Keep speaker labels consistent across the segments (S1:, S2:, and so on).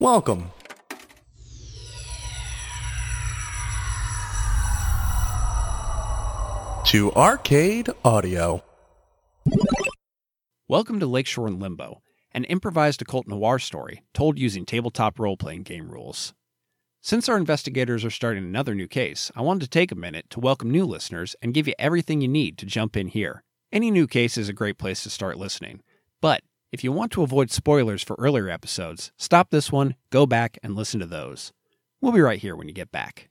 S1: Welcome. To Arcade Audio.
S2: Welcome to Lakeshore in Limbo, an improvised occult noir story told using tabletop role playing game rules. Since our investigators are starting another new case, I wanted to take a minute to welcome new listeners and give you everything you need to jump in here. Any new case is a great place to start listening, but if you want to avoid spoilers for earlier episodes, stop this one, go back, and listen to those. We'll be right here when you get back.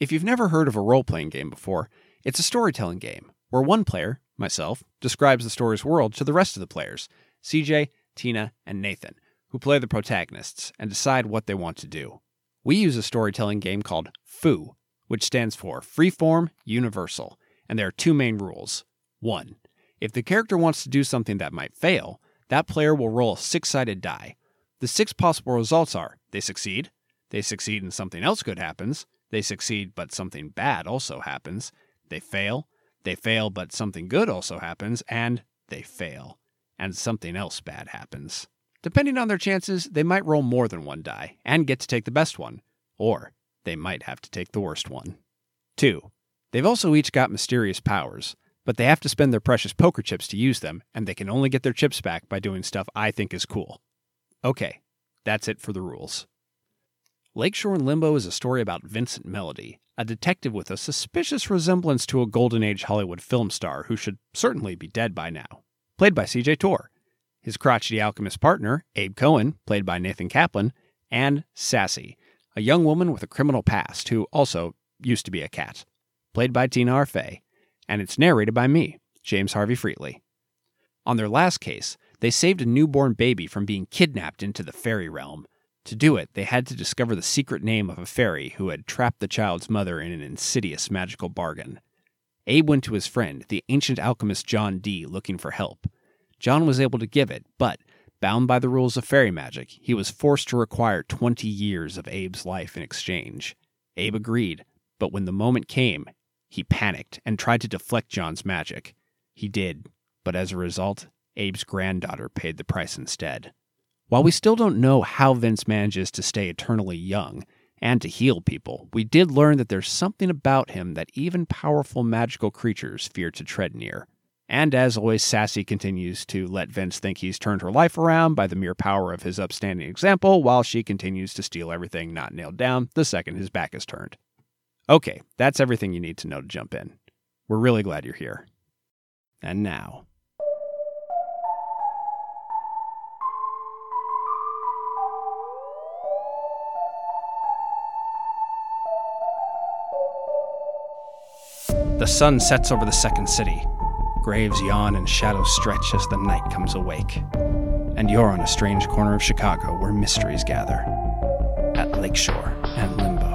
S2: If you've never heard of a role playing game before, it's a storytelling game where one player, myself, describes the story's world to the rest of the players CJ, Tina, and Nathan, who play the protagonists and decide what they want to do. We use a storytelling game called FOO, which stands for Freeform Universal, and there are two main rules. One, if the character wants to do something that might fail, that player will roll a six sided die. The six possible results are they succeed, they succeed and something else good happens, they succeed but something bad also happens, they fail, they fail but something good also happens, and they fail, and something else bad happens. Depending on their chances, they might roll more than one die and get to take the best one, or they might have to take the worst one. 2. They've also each got mysterious powers, but they have to spend their precious poker chips to use them, and they can only get their chips back by doing stuff I think is cool. Okay, that's it for the rules. Lakeshore in Limbo is a story about Vincent Melody, a detective with a suspicious resemblance to a Golden Age Hollywood film star who should certainly be dead by now, played by CJ Tor, his crotchety alchemist partner, Abe Cohen, played by Nathan Kaplan, and Sassy, a young woman with a criminal past who also used to be a cat, played by Tina Arfey, and it's narrated by me, James Harvey Freetley. On their last case, they saved a newborn baby from being kidnapped into the fairy realm. To do it, they had to discover the secret name of a fairy who had trapped the child's mother in an insidious magical bargain. Abe went to his friend, the ancient alchemist John Dee, looking for help. John was able to give it, but, bound by the rules of fairy magic, he was forced to require 20 years of Abe's life in exchange. Abe agreed, but when the moment came, he panicked and tried to deflect John's magic. He did, but as a result, Abe's granddaughter paid the price instead. While we still don't know how Vince manages to stay eternally young and to heal people, we did learn that there's something about him that even powerful magical creatures fear to tread near. And as always, Sassy continues to let Vince think he's turned her life around by the mere power of his upstanding example, while she continues to steal everything not nailed down the second his back is turned. Okay, that's everything you need to know to jump in. We're really glad you're here. And now. The sun sets over the second city. Graves yawn and shadows stretch as the night comes awake. And you're on a strange corner of Chicago where mysteries gather at Lakeshore and Limbo.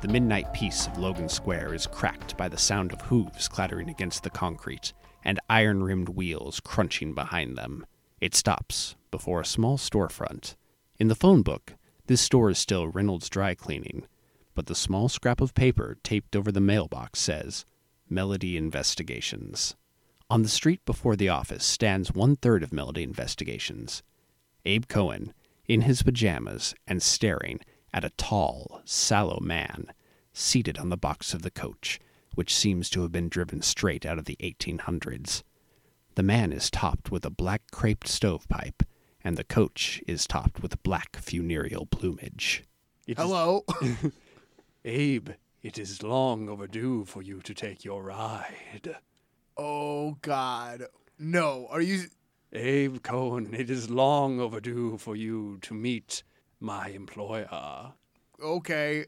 S2: The midnight peace of Logan Square is cracked by the sound of hooves clattering against the concrete and iron rimmed wheels crunching behind them. It stops before a small storefront. In the phone book, this store is still Reynolds Dry Cleaning, but the small scrap of paper taped over the mailbox says Melody Investigations. On the street before the office stands one third of Melody Investigations. Abe Cohen, in his pajamas and staring at a tall, sallow man seated on the box of the coach, which seems to have been driven straight out of the 1800s. The man is topped with a black creped stovepipe, and the coach is topped with black funereal plumage.
S3: Hello.
S4: Abe, it is long overdue for you to take your ride.
S3: oh God. No. Are you?
S4: Abe Cohen, it is long overdue for you to meet my employer,
S3: Okay.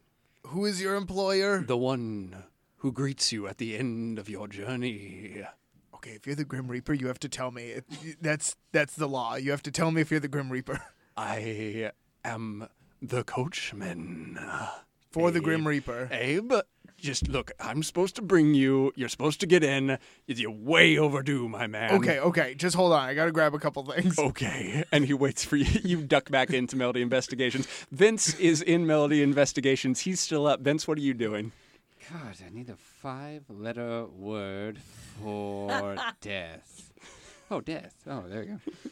S3: Who is your employer?
S4: the one who greets you at the end of your journey.
S3: Okay, if you're the Grim Reaper, you have to tell me. If- That's that's the law. You have to tell me if you're the Grim Reaper.
S4: I am the coachman.
S5: Eh,
S3: For the Grim Reaper.
S4: Abe, just look, I'm supposed to bring you. You're supposed to get in. You're way overdue, my man.
S3: Okay, okay. Just hold on. I gotta grab a couple things.
S5: Oh.
S4: Okay. And he waits for you. You duck back into Melody Investigations. Vince is in Melody Investigations. He's still up. Vince, what are you doing?
S5: God, I need a five letter word for death. Oh, death. Oh, there you go.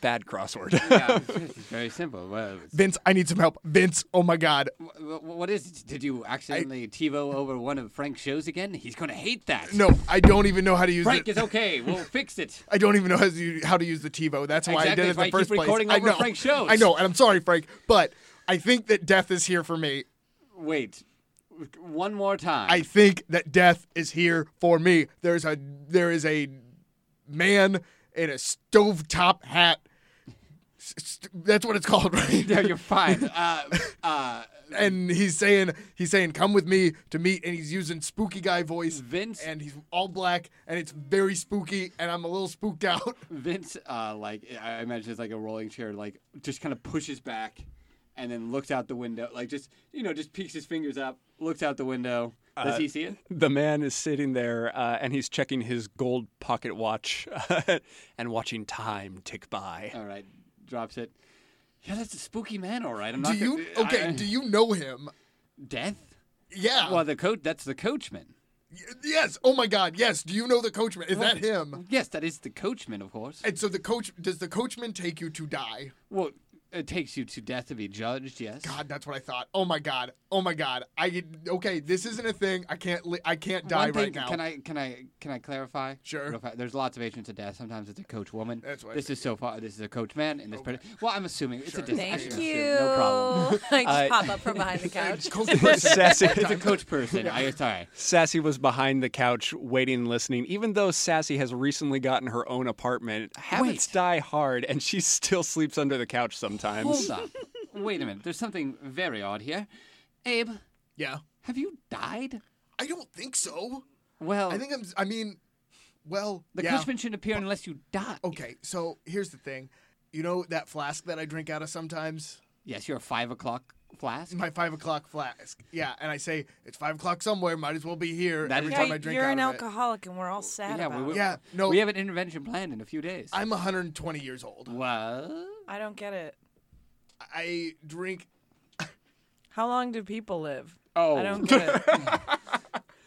S4: Bad crossword.
S5: Yeah, it's just- it's very simple. Well, it's-
S3: Vince, I need some help. Vince, oh my god.
S5: wh- wh- what is it? Did you accidentally TiVo over one of Frank's shows again? He's going to hate that.
S3: No, I don't even know how to use
S5: Frank
S3: it.
S5: is okay. We'll fix it.
S3: I don't even know how to, use- how to use the TiVo. That's why
S5: Exactly,
S3: I did it
S5: that's
S3: in
S5: why
S3: the
S5: I keep
S3: first place.
S5: recording
S3: I
S5: over
S3: know.
S5: Frank's shows.
S3: I know, and I'm sorry, Frank, but I think that death is here for me.
S5: Wait. One more time.
S3: I think that death is here for me. There's a there is a man in a stovetop hat. S- st- That's what it's called, right?
S5: No, you're fine. Uh, uh,
S3: and he's saying he's saying come with me to meet and he's using spooky guy voice
S5: Vince-
S3: and he's all black and it's very spooky and i'm a little spooked out
S5: Vince, uh, like I I imagine it's like a rolling chair, like just kind of pushes back, and then looks out the window, like just you know, just peeks his fingers up, looks out the window. Does
S3: Uh,
S5: he see it?
S4: The man is sitting there uh, and he's checking his gold pocket watch and watching time tick by.
S5: All right, drops it. Yeah, that's a spooky man. All right, I'm
S3: do
S5: not.
S3: you
S5: gonna,
S3: okay
S5: I-
S3: do Uh. you know him
S5: death?
S3: yeah
S5: Well, the coach. That's the coachman.
S3: Y- yes oh my god yes do you know the coachman is that him
S5: Yes, that is the coachman, of course.
S3: and so the coach does the coachman take you to die
S5: Well, it takes you to death to be judged. Yes.
S3: god that's what i thought oh my god oh my god i okay this isn't a thing i can't li- i can't die
S5: One thing,
S3: right now
S5: Can I can I can I clarify?
S3: Sure.
S5: real fa- There's lots of agents of death. Sometimes it's a coach woman.
S3: That's what I
S5: This is so far. This is a coach man in this. Okay. well, I'm assuming it's a dis- I should
S6: Thank
S5: assume,
S6: you.
S5: No problem.
S6: I just
S4: I-
S6: pop up from behind the couch.
S4: Sassy,
S5: It's a coach person. I sorry.
S4: Sassy was behind the couch waiting and listening. Even though Sassy has recently gotten her own apartment, habits
S5: Wait.
S4: die hard and she still sleeps under the couch sometimes.
S5: Hold up. Wait a minute. There's something very odd here. Abe,
S3: yeah
S5: have you died?
S3: i don't think so
S5: Well,
S3: i think i'm i mean well
S5: Oh. the
S3: yeah. Oh.
S5: coachman shouldn't appear unless you die.
S3: Okay, so here's the thing. You know that flask that I drink out of sometimes?
S5: Yes, you're a five o'clock flask.
S3: My five o'clock flask. Yeah, and I say it's five o'clock somewhere. Might as well be here.
S5: That
S3: every
S5: is-
S6: Yeah,
S3: time I drink
S6: you're
S3: out
S6: an
S3: of it.
S6: alcoholic, and we're all sad
S5: yeah,
S6: about
S5: we,
S6: it.
S5: we,
S3: Yeah, no.
S5: We have an intervention planned in a few days.
S3: I'm 120 years old.
S5: well,
S6: I don't get it.
S3: I drink.
S6: How long do people live?
S5: Oh.
S6: I don't get it.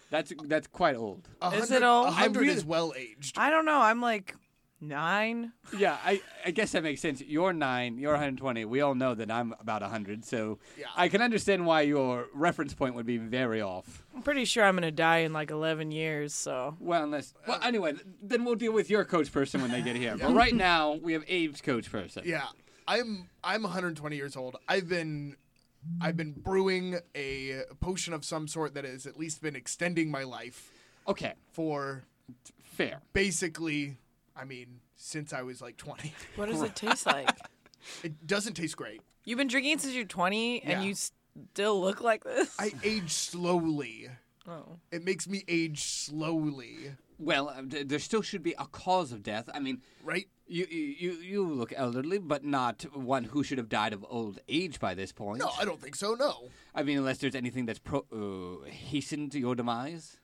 S5: that's that's quite old.
S3: 100,
S6: Is it old? I
S3: 100
S5: really-
S3: is well aged.
S6: I don't know. I'm like nine.
S5: Yeah, I, I guess that makes sense. You're nine, you're 120. We all know that I'm about 100, so
S3: Yeah.
S5: I can understand why your reference point would be very off.
S6: I'm pretty sure I'm gonna die in like 11 years. So
S5: Well, unless.
S3: Uh,
S5: Well, anyway, th- then we'll deal with your coach person when they get here. But right now, we have Abe's coach person.
S3: Yeah, I'm I'm 120 years old. I've been I've been brewing a potion of some sort that has at least been extending my life
S5: Okay,
S3: for
S5: fair.
S3: basically, I mean, since I was like 20.
S6: what does it taste like?
S3: It doesn't taste great.
S6: You've been drinking since you're 20, and
S3: Yeah.
S6: you still look like this.
S3: I age slowly.
S6: oh.
S3: It makes me age slowly,
S5: Well, uh, th- there still should be a cause of death. I mean,
S3: right?
S5: you, you, you- you look elderly, but not one who should have died of old age by this point.
S3: No, I don't think so. No.
S5: I mean, unless there's anything that's pro- uh, hastened your demise.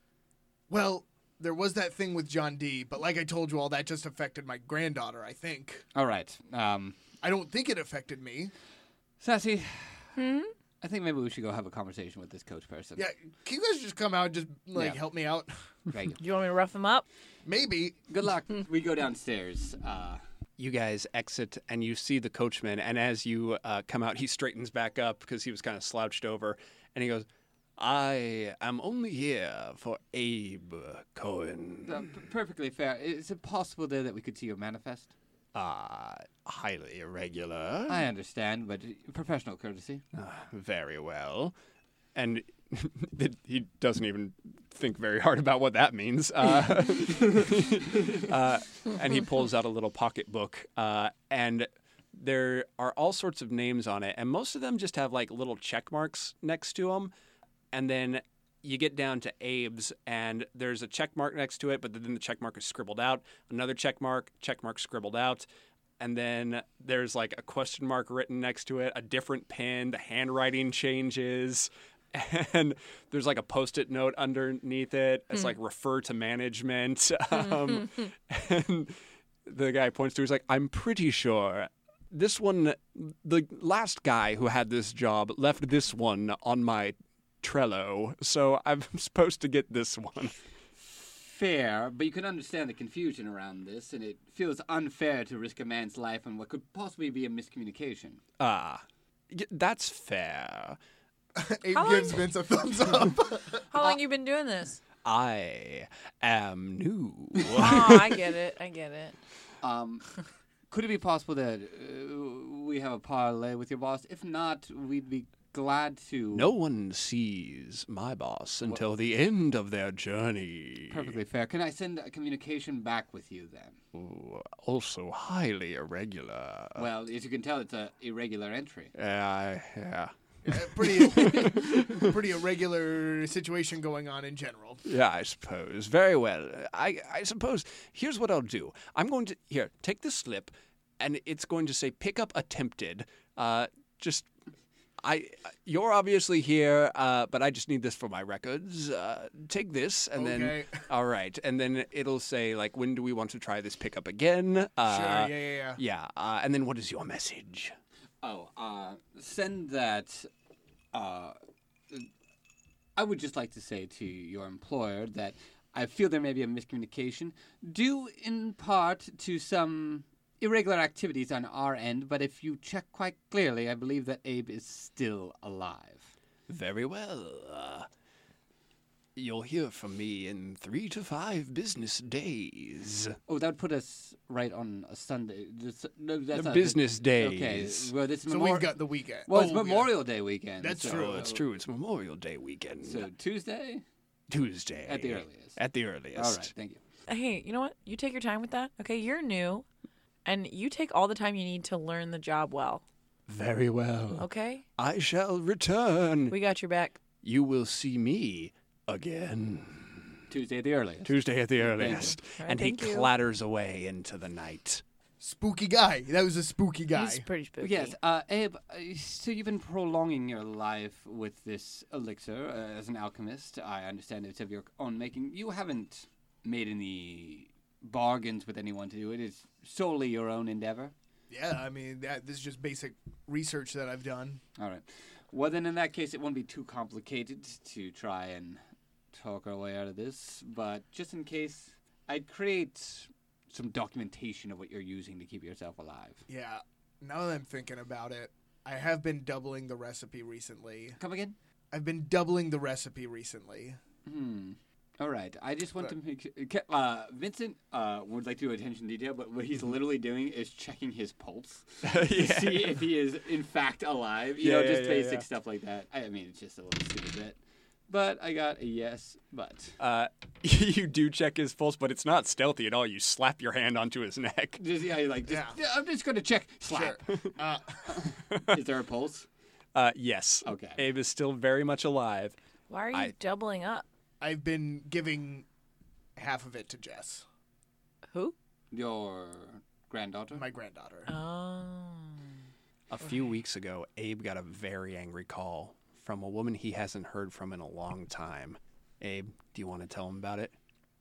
S3: Well, there was that thing with John D, but like I told you all that just affected my granddaughter, I think.
S5: All right. Um,
S3: I don't think it affected me.
S5: Sassy, Hmm? I think maybe we should go have a conversation with this coach person.
S3: Yeah, can you guys just come out and just like
S5: Yeah.
S3: help me out?
S5: Thank you.
S6: You want me to rough him up?
S3: Maybe.
S5: Good luck. we go downstairs. Uh,
S4: You guys exit and you see the coachman. And as you uh, come out, he straightens back up because he was kind of slouched over and he goes, I am only here for Abe Cohen.
S5: uh, p- perfectly fair. Is it possible there that we could see your manifest?
S4: Ah, highly irregular.
S5: I understand, but professional courtesy.
S4: very well. And it- he doesn't even think very hard about what that means. Uh, uh, and he pulls out a little pocketbook, uh, and there are all sorts of names on it, and most of them just have like little check marks next to them. And then you get down to Abe's, and there's a check mark next to it, but then the check mark is scribbled out. Another check mark, check mark scribbled out. And then there's like a question mark written next to it, a different pen, the handwriting changes. and there's like a post-it note underneath it. It's like refer to management. Um, and the guy points to. He's like, I'm pretty sure this one. The last guy who had this job left this one on my Trello, so I'm supposed to get this one.
S5: Fair, but you can understand the confusion around this, and it feels unfair to risk a man's life on what could possibly be a miscommunication.
S4: Ah, y- that's fair.
S3: Abe
S6: How
S3: gives
S6: long-
S3: Vince a thumbs up.
S6: How long you been doing this?
S4: I am new.
S6: Oh, I get it. I get it.
S5: Um, could it be possible that uh, we have a parlay with your boss? If not, we'd be glad to.
S4: no one sees my boss until the end of their journey.
S5: Perfectly fair. Can I send a communication back with you then?
S4: Also highly irregular.
S3: Uh,
S5: well, as you can tell, it's a irregular entry.
S4: Yeah, yeah,
S3: pretty, pretty irregular situation going on in general.
S4: yeah. I suppose. Very well. I, I suppose. Here's what I'll do. I'm going to here take this slip, and it's going to say pickup attempted. Uh, just. I, you're obviously here, uh, but I just need this for my records. Uh, take this, and then
S3: Okay.
S4: all right, and then it'll say like, when do we want to try this pickup again? Uh,
S3: Sure, yeah, yeah, yeah.
S4: Yeah, uh, and then what is your message?
S5: Oh, uh, send that. Uh, I would just like to say to your employer that I feel there may be a miscommunication, due in part to some irregular activities on our end. But if you check quite clearly, I believe that Abe is still alive.
S4: Very well. Uh, you'll hear from me in three to five business days.
S5: Oh, that would put us right on a Sunday. This- no, that's
S4: The
S5: not-
S4: business
S5: Okay,
S4: days.
S5: well, this is
S3: So
S5: Memor-
S3: we've got the weekend.
S5: Well, it's
S3: Oh, yeah.
S5: Memorial Day weekend.
S3: That's
S5: so- uh,
S3: true.
S4: Oh, it's true. It's Memorial Day weekend.
S5: So Tuesday.
S4: Tuesday.
S5: At the earliest.
S4: At the
S5: All
S4: earliest.
S5: right, thank you.
S6: Hey, you know what? You take your time with that. Okay, you're new, and you take all the time you need to learn the job well.
S4: Very well.
S6: Okay,
S4: I shall return.
S6: we got your back.
S4: You will see me again.
S5: Tuesday at the earliest.
S4: Tuesday at the earliest.
S6: Alright,
S4: And he
S6: thank you.
S4: clatters away into the night.
S3: Spooky guy. That was a spooky
S6: He's
S3: guy.
S6: pretty spooky.
S5: Yes, uh, Abe, uh, so you've been prolonging your life with this elixir uh, as an alchemist. I understand it's of your own making. You haven't made any bargains with anyone to do it. It's solely your own endeavor.
S3: Yeah, I mean, that, this is just basic research that I've done.
S5: All right. Well, then in that case, it won't be too complicated to try and talk our way out of this. But just in case, I'd create some documentation of what you're using to keep yourself alive.
S3: Yeah. Now that I'm thinking about it, I have been doubling the recipe recently.
S5: Come again?
S3: I've been doubling the recipe recently.
S5: Hmm. All right. I just want to make ca- uh, Vincent uh, would like to do attention to detail, but what he's
S4: Mm-hmm.
S5: literally doing is checking his pulse to see if he is in fact alive. You know,
S4: Yeah, yeah,
S5: just
S4: yeah,
S5: basic
S4: yeah.
S5: stuff like that. I I mean, it's just a little stupid bit, but I got a yes. But
S4: Uh, you do check his pulse, but it's not stealthy at all. You slap your hand onto his neck.
S5: just yeah, like just,
S3: Yeah.
S5: I'm just gonna check. Slap.
S3: Uh,
S5: is there a pulse?
S4: Uh, yes.
S5: Okay.
S4: Abe is still very much alive.
S6: Why are you
S4: I-
S6: doubling up?
S3: I've been giving half of it to Jess,
S6: Who?
S5: Your granddaughter.
S3: my granddaughter.
S6: Oh.
S4: A few weeks ago, Abe got a very angry call from a woman he hasn't heard from in a long time. Abe, do you want to tell him about it?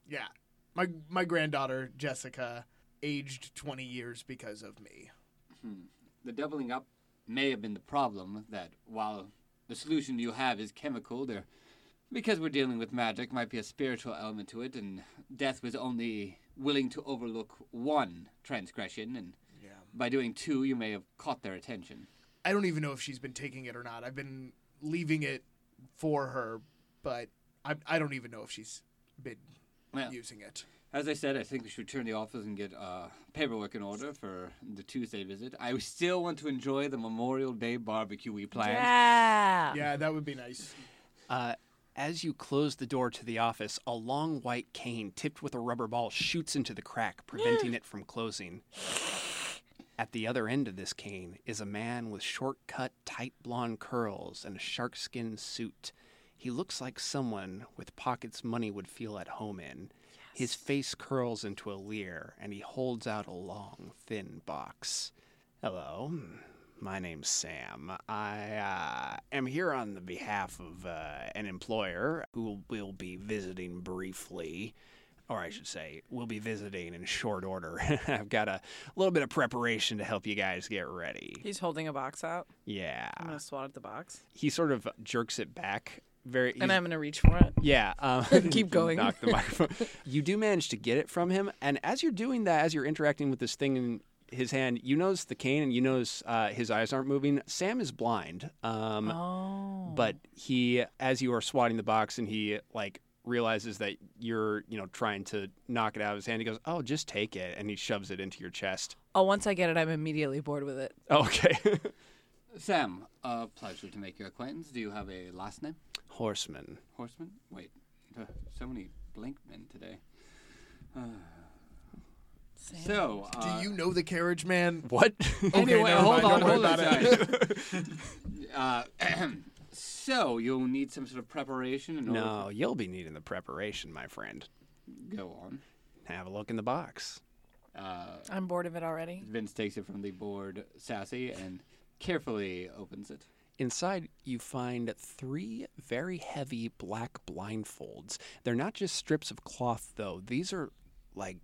S3: Yeah. My my granddaughter, Jessica, aged 20 years because of me.
S5: the doubling up may have been the problem that while the solution you have is chemical there because we're dealing with magic might be a spiritual element to it and death was only willing to overlook one transgression and by doing two you may have caught their attention
S3: I don't even know if she's been taking it or not. I've been leaving it for her, but I I don't even know if she's been
S5: Well.
S3: using it.
S5: as i said i think we should turn the office and get uh, paperwork in order for the tuesday visit i still want to enjoy the memorial day barbecue we planned
S6: Yeah.
S3: Yeah, that would be nice.
S4: Uh, as you close the door to the office, a long white cane tipped with a rubber ball shoots into the crack, preventing it from closing. At the other end of this cane is a man with short cut, tight blonde curls and a sharkskin suit. He looks like someone with pockets money would feel at home in. His face curls into a leer, and he holds out a long, thin box. Hello.
S2: My name's Sam. I uh, am here on the behalf of uh, an employer who will be visiting briefly, or I should say, will be visiting in short order. I've got a little bit of preparation to help you guys get ready.
S6: He's holding a box out.
S2: Yeah.
S6: I'm gonna swat at the box,
S2: He sort of jerks it back. Very.
S6: and
S2: he's-
S6: I'm gonna reach for it.
S2: yeah. Um,
S6: Keep going.
S2: Knock the microphone. You do manage to get it from him, and as you're doing that, as you're interacting with this thing in his hand, you notice the cane, and you notice uh, his eyes aren't moving. Sam is blind, um,
S6: Oh.
S2: but he, as you are swatting the box, and he like realizes that you're, you know, trying to knock it out of his hand. He goes, "Oh, just take it," and he shoves it into your chest.
S6: Oh, once I get it, I'm immediately bored with it.
S2: Okay.
S5: Sam, a pleasure to make your acquaintance. Do you have a last name?
S2: Horseman.
S5: Horseman? Wait, uh, so many blank men today. Uh,
S6: Sam.
S5: So, uh,
S3: Do you know the carriage man?
S2: What?
S5: anyway,
S3: never
S5: hold
S3: mind,
S5: on,
S3: don't worry
S5: hold on.
S3: about it.
S5: sorry. uh, so you'll need some sort of preparation. In order
S2: no, you'll be needing the preparation, my friend.
S5: to go on.
S2: Have a look in the box.
S5: Uh,
S6: I'm bored of it already.
S5: Vince takes it from the board, sassy, and carefully opens it.
S2: Inside, you find three very heavy black blindfolds. They're not just strips of cloth, though. These are like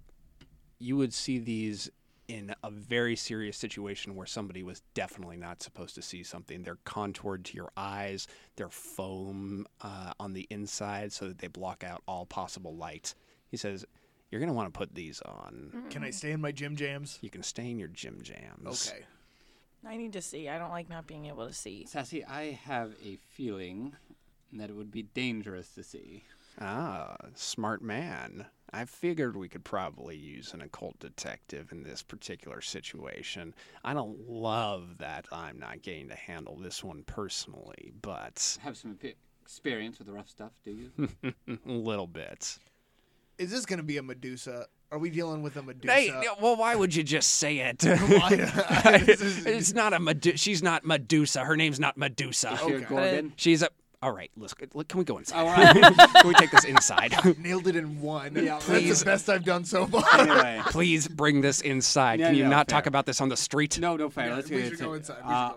S2: you would see these in a very serious situation where somebody was definitely not supposed to see something. They're contoured to your eyes, they're foam uh, on the inside so that they block out all possible light. He says, You're going to want to put these on.
S3: Can I stay in my gym jams?
S2: You can stain your gym jams.
S3: Okay.
S6: I need to see. I don't like not being able to see.
S5: Sassy, I have a feeling that it would be dangerous to see.
S2: Ah, smart man. I figured we could probably use an occult detective in this particular situation. I don't love that I'm not getting to handle this one personally, but
S5: Have some epi- experience with the rough stuff, do you?
S2: a little bit.
S3: Is this going to be a Medusa? Are we dealing with a Medusa?
S2: Hey, well, why would you just say it?
S3: This is-
S2: it's not a Medusa. She's not Medusa. Her name's not Medusa.
S5: Dear Gordon.
S2: She's a. All right, let's, look, can we go inside?
S5: All right.
S2: Can we take this inside?
S3: Nailed it in one.
S5: Yeah,
S3: That's
S5: please.
S3: the best I've done so far.
S5: anyway.
S2: Please bring this inside.
S5: No,
S2: Can you
S5: no,
S2: not
S5: fair.
S2: talk about this on the street?
S5: No, no, fair.
S3: Yeah,
S5: Let's
S3: we
S5: get
S3: should go
S5: into-
S3: inside. We should
S5: uh,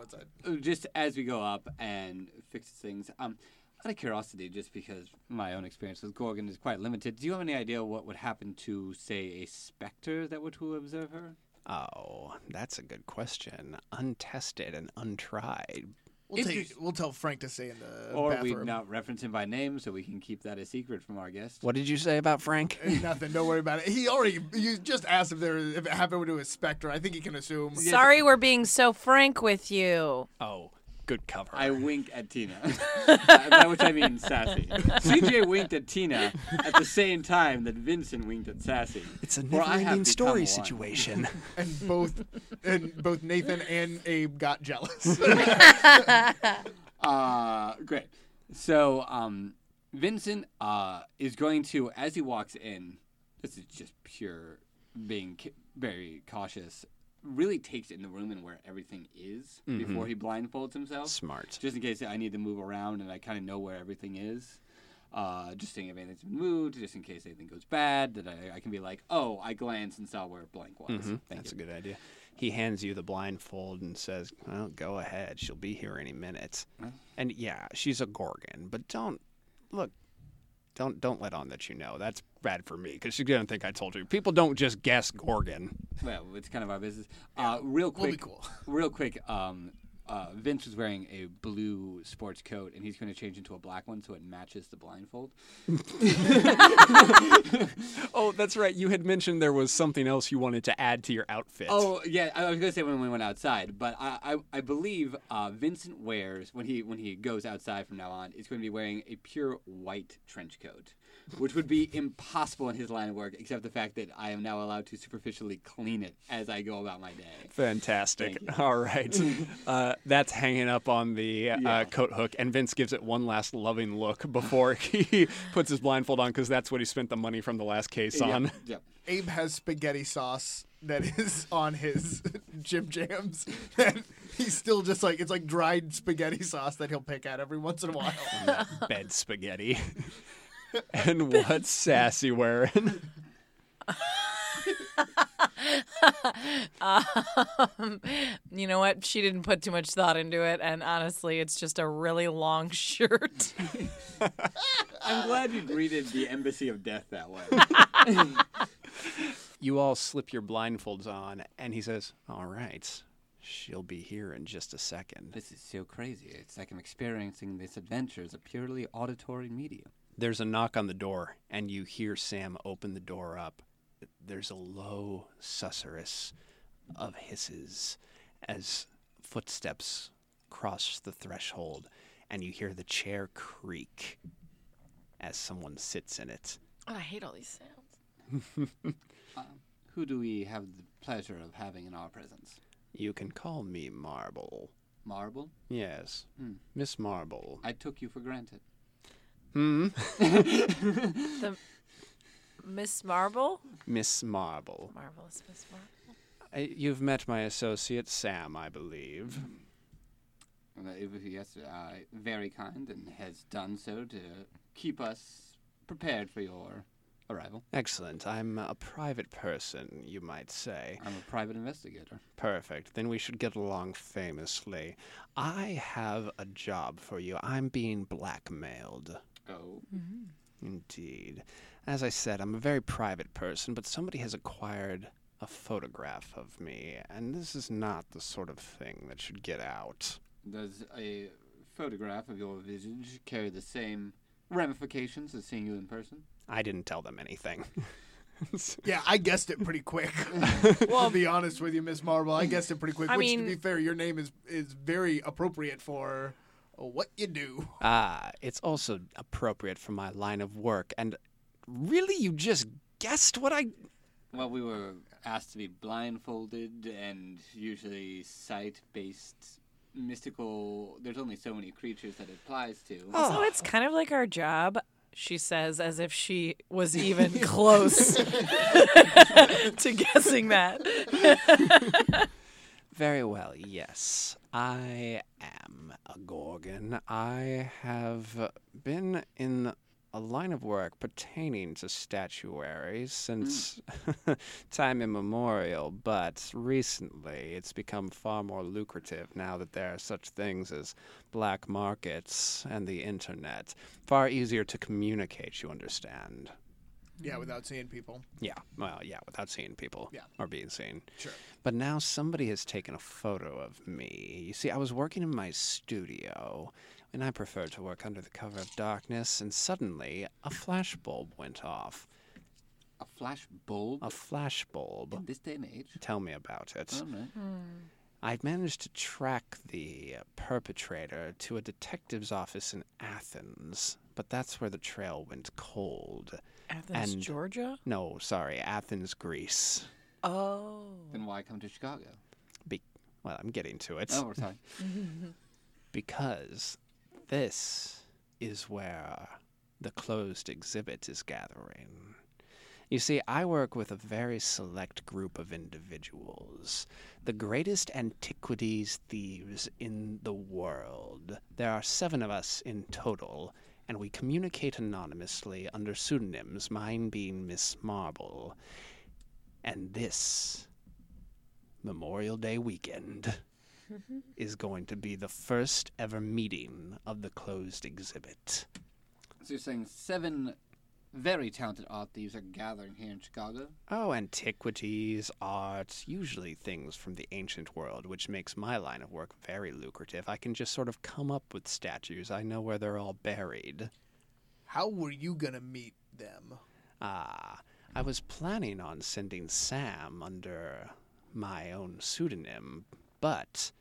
S3: go inside.
S5: Just as we go up and fix things, um, out of curiosity, just because my own experience with Gorgon is quite limited, do you have any idea what would happen to, say, a specter that were to observe her?
S2: Oh, that's a good question. Untested and untried.
S3: We'll,
S5: If
S3: take,
S5: you-
S3: we'll tell Frank to stay in the
S5: or we
S3: bathroom.
S5: not reference him by name so we can keep that a secret from our guest.
S2: What did you say about Frank?
S3: Eh, Nothing. Don't worry about it. He already. You just asked if there if it happened to his specter. I think he can assume.
S6: Sorry, we're being so frank with you.
S2: Oh, good cover.
S5: I wink at Tina. Uh, By which I mean Sassy. CJ winked at Tina at the same time that Vincent winked at Sassy.
S2: it's a
S5: For I have
S2: never-ending
S5: become
S2: story
S5: one.
S2: situation.
S3: And both and both Nathan and Abe got jealous.
S5: Uh, great. So, um, Vincent uh, is going to, as he walks in, this is just pure being ca- very cautious, really takes in the room and where everything is before he blindfolds himself.
S2: Mm-hmm. Smart.
S5: Just in case I need to move around and I kind of know where everything is. Uh, just seeing if anything's been moved, just in case anything goes bad, that I, I can be like, oh, I glanced and saw where blank was. Thank
S2: Mm-hmm. That's a
S5: you.
S2: good idea. He hands you the blindfold and says, "Well, go ahead. She'll be here any minute." And yeah, she's a gorgon, but don't look. Don't don't let on that you know. That's bad for me because she's gonna think I told you. People don't just guess gorgon.
S5: Well, it's kind of our business. Uh, real quick,
S3: We'll be cool.
S5: real quick. Um, uh, Vince was wearing a blue sports coat, and he's going to change into a black one so it matches the blindfold.
S2: Oh, that's right. You had mentioned there was something else you wanted to add to your outfit.
S5: Oh yeah, I was going to say when we went outside, but I I, I believe uh, Vincent wears when he when he goes outside from now on, is going to be wearing a pure white trench coat, which would be impossible in his line of work, except the fact that I am now allowed to superficially clean it as I go about my day.
S2: Fantastic.
S5: Thank
S2: All right. Uh, that's hanging up on the uh,
S5: Yeah.
S2: coat hook, and Vince gives it one last loving look before he puts his blindfold on because that's what he spent the money from the last case on.
S5: Yep, yep.
S3: Abe has spaghetti sauce that is on his gym jams. And he's still just like it's like dried spaghetti sauce that he'll pick at every once in a while.
S2: Bed spaghetti. and what's Sassy wearing?
S6: um, you know what? She didn't put too much thought into it, and honestly, it's just a really long shirt.
S5: I'm glad you greeted the embassy of death that way.
S2: You all slip your blindfolds on, and he says, All right, she'll be here in just a second.
S5: this is so crazy. It's like I'm experiencing this adventure as a purely auditory medium.
S2: There's a knock on the door, and you hear Sam open the door up. There's a low susurrus of hisses as footsteps cross the threshold, and you hear the chair creak as someone sits in it.
S6: Oh, I hate all these sounds.
S5: Who do we have the pleasure of having in our presence?
S2: You can call me Marble.
S5: Marble?
S2: Yes, Miss Marble.
S5: I took you for granted.
S6: The Miss Marble,
S2: Miss Marble.
S6: marvelous Miss Marble.
S2: I, you've met my associate Sam, I believe.
S5: Uh, it was- Yes, uh, very kind and has done so to keep us prepared for your arrival.
S2: Excellent. I'm a private person, you might say.
S5: I'm a private investigator.
S2: Perfect. Then we should get along famously. I have a job for you. I'm being blackmailed.
S5: Oh,
S2: Indeed. As I said, I'm a very private person, but somebody has acquired a photograph of me, and this is not the sort of thing that should get out.
S5: does a photograph of your visage carry the same ramifications as seeing you in person?
S2: I didn't tell them anything.
S3: Yeah, I guessed it pretty quick. well, to be honest with you, Miss Marble, I guessed it pretty quick.
S6: I
S3: which,
S6: mean-
S3: to be fair, your name is is very appropriate for what you do.
S6: Uh,
S2: Ah, it's also appropriate for my line of work. And really, you just guessed what I.
S5: Well, we were asked to be blindfolded and usually sight based mystical. There's only so many creatures that it applies to.
S2: Oh.
S6: So it's kind of like our job. She says, as if she was even close to guessing that.
S2: Very well, yes. I am a Gorgon. I have been in a line of work pertaining to statuary since
S3: Mm.
S2: time immemorial, but recently it's become far more lucrative now that there are such things as black markets and the internet. Far easier to communicate, you understand.
S3: Yeah, without seeing people.
S2: Yeah, well, yeah, without seeing people
S3: Yeah.
S2: or being seen.
S3: Sure.
S2: But now somebody has taken a photo of me. You see, I was working in my studio, and I prefer to work under the cover of darkness, and suddenly a flash bulb went off.
S5: a flash bulb?
S2: A flash bulb.
S5: This day and age?
S2: Tell me about it.
S5: I don't know.
S2: I've managed to track the perpetrator to a detective's office in Athens, but that's where the trail went cold.
S6: Athens,
S2: And-
S6: Georgia?
S2: No, sorry, Athens, Greece.
S6: Oh.
S5: Then why come to Chicago?
S2: Be- well, I'm getting to it.
S5: Oh, we're sorry.
S2: because this is where the closed exhibit is gathering. You see, I work with a very select group of individuals, the greatest antiquities thieves in the world. There are seven of us in total, and we communicate anonymously under pseudonyms, mine being Miss Marble. And this Memorial Day weekend is going to be the first ever meeting of the closed exhibit.
S5: So you're saying seven very talented art thieves are gathering here in Chicago?
S2: Oh, antiquities, art, usually things from the ancient world, which makes my line of work very lucrative. I can just sort of come up with statues. I know where they're all buried.
S3: How were you gonna meet them?
S2: Ah, I was planning on sending Sam under my own pseudonym, but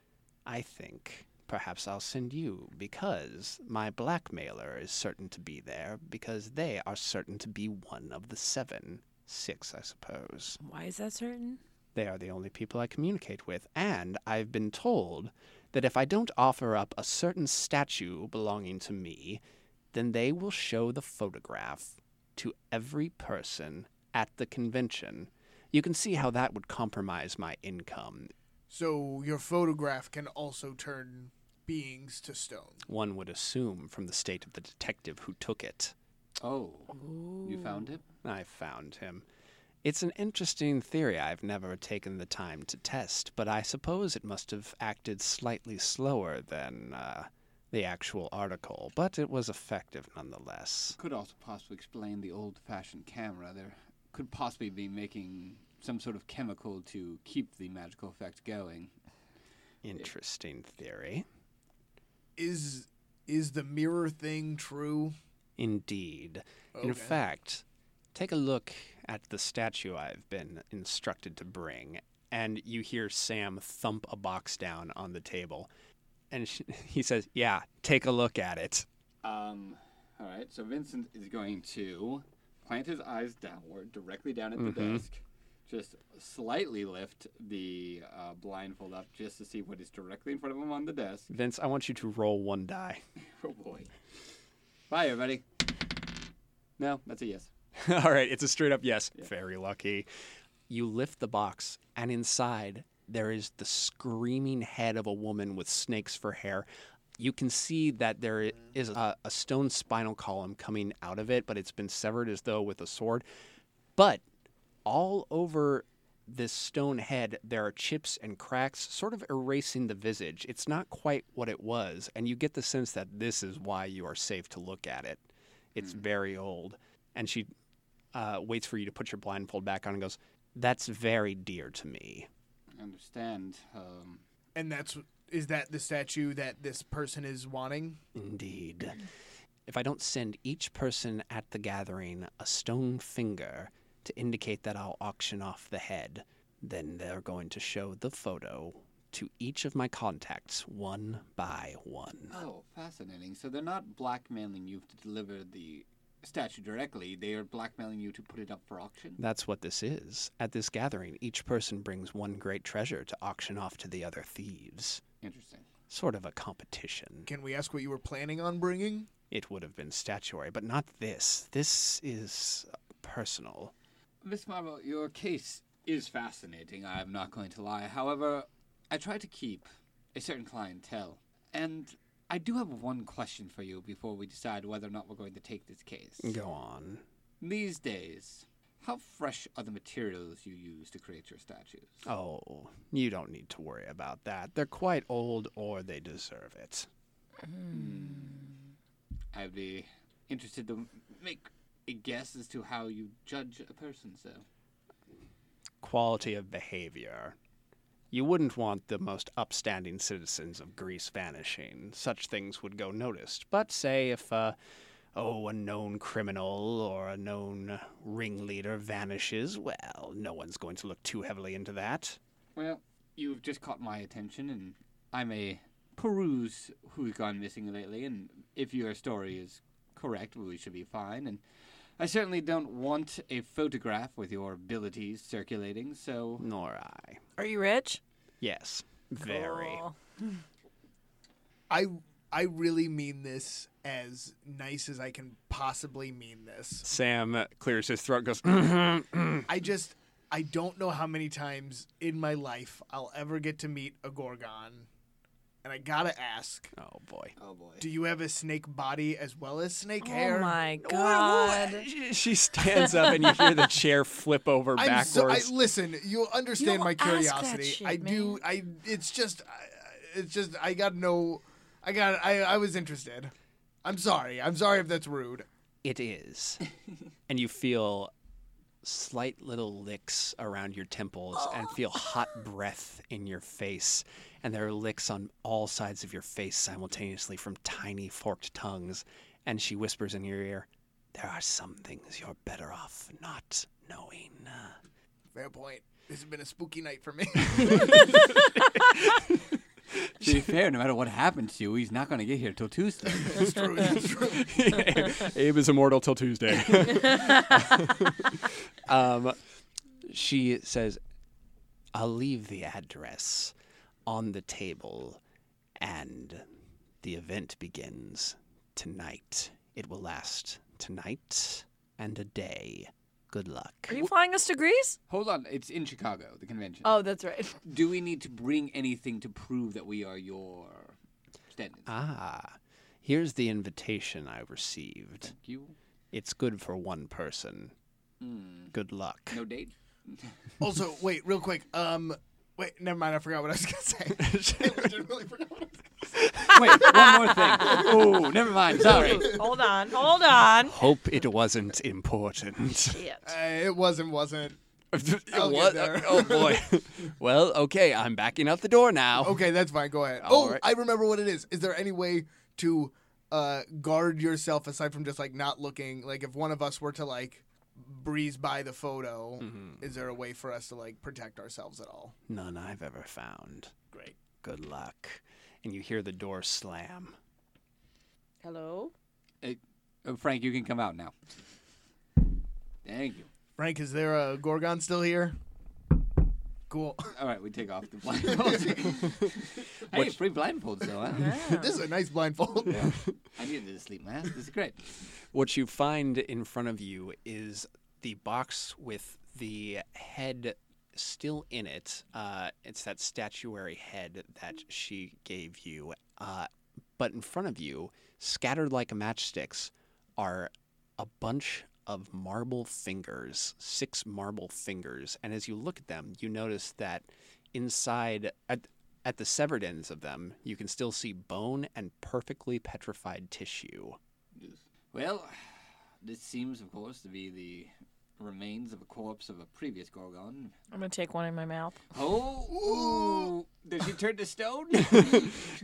S2: I think perhaps I'll send you because my blackmailer is certain to be there because they are certain to be one of the seven. Six, I suppose.
S6: Why is that certain?
S2: They are the only people I communicate with, and I've been told that if I don't offer up a certain statue belonging to me, then they will show the photograph to every person at the convention. You can see how that would compromise my income,
S3: So your photograph can also turn beings to stone.
S2: one would assume from the state of the detective who took it.
S5: Oh, you found it?
S2: I found him. It's an interesting theory I've never taken the time to test, but I suppose it must have acted slightly slower than uh, the actual article, but it was effective nonetheless.
S5: Could also possibly explain the old fashioned camera. There could possibly be making some sort of chemical to keep the magical effect going.
S2: Interesting theory.
S3: Is is the mirror thing true?
S2: Indeed. In fact, take a look at the statue I've been instructed to bring, and you hear Sam thump a box down on the table. And sh he says, Yeah, take a look at it.
S5: Um, all right, so Vincent is going to plant his eyes downward, directly down at the desk. Just slightly lift the uh, blindfold up just to see what is directly in front of him on the desk.
S2: Vince, I want you to roll one die.
S5: Oh boy. Bye, everybody. No, that's a yes.
S2: All right, it's a straight up yes. Very lucky. You lift the box, and inside there is the screaming head of a woman with snakes for hair. You can see that there i- is a, a stone spinal column coming out of it, but it's been severed as though with a sword. But all over this stone head, there are chips and cracks, sort of erasing the visage. It's not quite what it was, and you get the sense that this is why you are safe to look at it. It's very old. And she uh, waits for you to put your blindfold back on and goes, That's very dear to me.
S5: I understand. Um,
S3: And that's is that the statue that this person is wanting?
S2: Indeed. If I don't send each person at the gathering a stone finger to indicate that I'll auction off the head, then they're going to show the photo to each of my contacts one by one.
S5: oh, fascinating. So they're not blackmailing you to deliver the statue directly, they are blackmailing you to put it up for auction?
S2: That's what this is. At this gathering, each person brings one great treasure to auction off to the other thieves.
S5: Interesting.
S2: Sort of a competition.
S3: Can we ask what you were planning on bringing?
S2: It would have been statuary, but not this. This is personal.
S5: Miss Marvel, your case is fascinating, I am not going to lie. However, I try to keep a certain clientele. And I do have one question for you before we decide whether or not we're going to take this case.
S2: Go on.
S5: These days, how fresh are the materials you use to create your statues?
S2: Oh, you don't need to worry about that. They're quite old, or they deserve it.
S5: I'd be interested to make a guess as to how you judge a person, so.
S2: Quality of behavior. You wouldn't want the most upstanding citizens of Greece vanishing. Such things would go noticed. But say if, uh, oh, a known criminal or a known ringleader vanishes, well, no one's going to look too heavily into that.
S5: Well, you've just caught my attention, and I may peruse who's gone missing lately, and if your story is correct, we should be fine. And I certainly don't want a photograph with your abilities circulating, so
S2: Nor I.
S6: Are you rich?
S2: Yes, very.
S6: Cool.
S3: I I really mean this as nice as I can possibly mean this.
S4: Sam clears his throat, goes, "Oh,
S3: I just I don't know how many times in my life I'll ever get to meet a gorgon. And I got to ask,
S2: Oh, boy.
S3: do you have a snake body as well as snake hair?
S6: Oh my
S2: Uh,
S6: god.
S4: She- She stands up and you hear the chair flip over
S3: I'm
S4: backwards.
S3: so I, listen. You understand
S6: You
S3: my
S6: ask that
S3: curiosity.
S6: shit,
S3: I do. I. It's just. I, it's just. I got no. I got. I. I was interested. I'm sorry. I'm sorry if that's rude.
S2: It is. and you feel slight little licks around your temples and feel hot breath in your face. And there are licks on all sides of your face simultaneously from tiny forked tongues. And she whispers in your ear, There are some things you're better off not knowing.
S3: Fair point. This has been a spooky night for me.
S5: to be fair, no matter what happens to you, he's not going to get here till Tuesday.
S3: it's true. It's true.
S4: Abe is immortal till Tuesday.
S2: Um, she says, I'll leave the address on the table and the event begins tonight. It will last tonight and a day. Good luck.
S6: Are you flying us to Greece?
S5: Hold on, it's in Chicago, the convention.
S6: Oh, that's right.
S5: Do we need to bring anything to prove that we are your standards?
S2: Ah, here's the invitation I received.
S5: Thank you. Hmm.
S2: It's good for one person. Good luck.
S5: No date?
S3: Also, wait, real quick. Um, wait, never mind. I forgot what I was gonna say. I legitimately forgot what I was gonna
S5: Wait, one more thing. Oh, never mind. Sorry.
S6: Hold on, hold on.
S2: Hope it wasn't important.
S6: Shit.
S3: say. Uh, it wasn't. Wasn't. I'll get
S4: What?
S3: there.
S4: Oh boy. well, okay. I'm backing out the door now.
S3: Okay, that's fine. Go ahead.
S4: All
S3: oh,
S4: right.
S3: I remember what it is. Is there any way to uh, guard yourself aside from just like not looking? Like, if one of us were to like breeze by the photo,
S4: Mm-hmm.
S3: is there a way for us to like protect ourselves at all?
S2: None I've ever found. Great. Good luck. And you hear the door slam.
S6: Hello.
S5: Hey, uh, Frank, you can come out now. Thank you.
S3: Frank, is there a Gorgon still here? Cool.
S5: All right, we take off the blindfolds. hey, free blindfolds though.
S6: Uh-huh.
S5: Huh?
S3: this is a nice blindfold.
S5: I needed a sleep mask. This is great.
S2: What you find in front of you is the box with the head still in it. Uh, it's that statuary head that she gave you. Uh, but in front of you, scattered like matchsticks, are a bunch of marble fingers, six marble fingers. And as you look at them, you notice that inside, at, at the severed ends of them, you can still see bone and perfectly petrified tissue.
S5: Well, this seems, of course, to be the remains of a corpse of a previous Gorgon.
S6: I'm gonna take one in my mouth.
S5: Oh, ooh. did she turn to stone?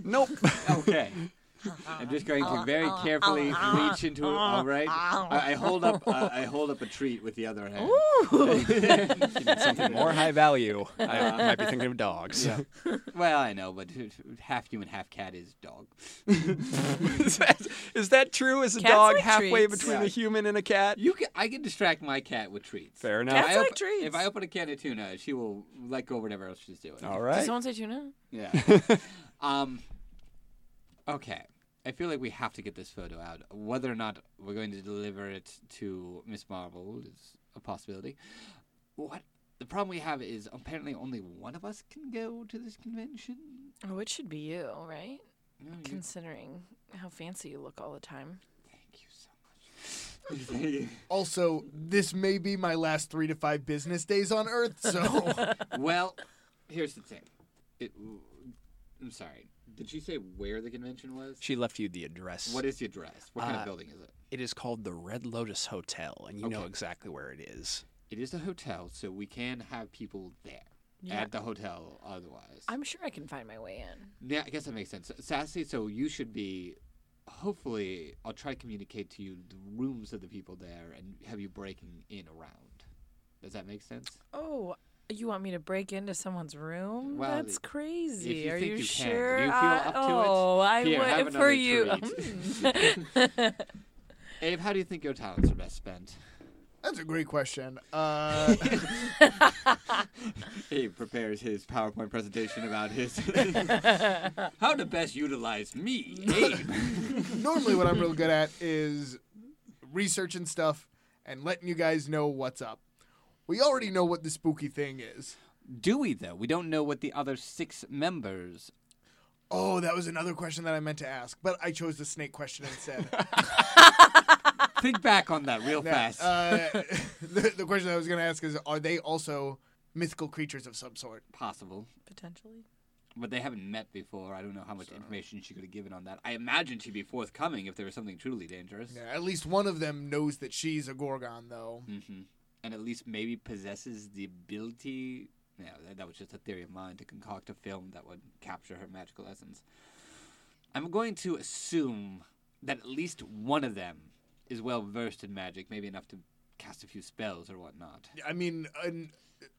S2: Nope.
S5: okay. I'm just going to very carefully reach into it. All right, I, I hold up. Uh, I hold up a treat with the other hand.
S2: something more high value. I, I might be thinking of dogs.
S5: Yeah. Well, I know, but half human, half cat is dog.
S2: is, that, is that true? Is a
S6: Cats
S2: dog
S6: like
S2: halfway
S6: treats.
S2: between a human and a cat?
S5: You can, I can distract my cat with treats.
S2: Fair enough.
S5: If I
S6: Cats like
S5: op-
S6: treats.
S5: If I open a can of tuna, she will let go of whatever else she's doing.
S2: All
S6: Does
S2: right.
S6: someone say tuna?
S5: Yeah. um. Okay. I feel like we have to get this photo out. Whether or not we're going to deliver it to Miss Marvel is a possibility. What the problem we have is apparently only one of us can go to this convention.
S6: Oh, it should be you, right?
S5: No, you-
S6: Considering how fancy you look all the time.
S5: Thank you so much.
S3: Also, this may be my last three to five business days on Earth, so
S5: well, here's the thing. It, I'm sorry. Did she say where the convention was?
S2: She left you the address.
S5: What is the address? What kind
S2: Uh,
S5: of building is it?
S2: it is called the Red Lotus Hotel, and you know exactly where it is.
S5: It is a hotel, so we can have people there at the hotel. Otherwise,
S6: I'm sure I can find my way in.
S5: yeah, I guess that makes sense. Sassy, so you should be. Hopefully, I'll try to communicate to you the rooms of the people there and have you breaking in around. Does that make sense?
S6: Oh, you want me to break into someone's room?
S5: Well,
S6: That's crazy.
S5: if you
S6: Are
S5: think
S6: you,
S5: you can, do
S6: sure?
S5: you feel
S6: I-
S5: up to it?
S6: oh, I
S5: Here,
S6: would
S5: have
S6: for
S5: another
S6: you. Um, Mm.
S5: Abe, how do you think your talents are best spent?
S3: that's a great question. Uh,
S5: Abe prepares his PowerPoint presentation about his how to best utilize me, Abe.
S3: normally, what I'm real good at is researching stuff and letting you guys know what's up. We already know what the spooky thing is.
S5: do we though? We don't know what the other six members
S3: Oh, that was another question that I meant to ask, but I chose the snake question instead.
S5: Think back on that real
S3: Now,
S5: fast.
S3: uh, the, the question I was going to ask is Are they also mythical creatures of some sort?
S5: Possible.
S6: Potentially.
S5: But they haven't met before. I don't know how much information she could have given on that. I imagine she'd be forthcoming if there was something truly dangerous.
S3: Yeah, at least one of them knows that she's a Gorgon, though.
S5: hmm And at least maybe possesses the ability. Yeah, that, that was just a theory of mine to concoct a film that would capture her magical essence. I'm going to assume that at least one of them is well versed in magic, maybe enough to cast a few spells or whatnot.
S3: I mean, an,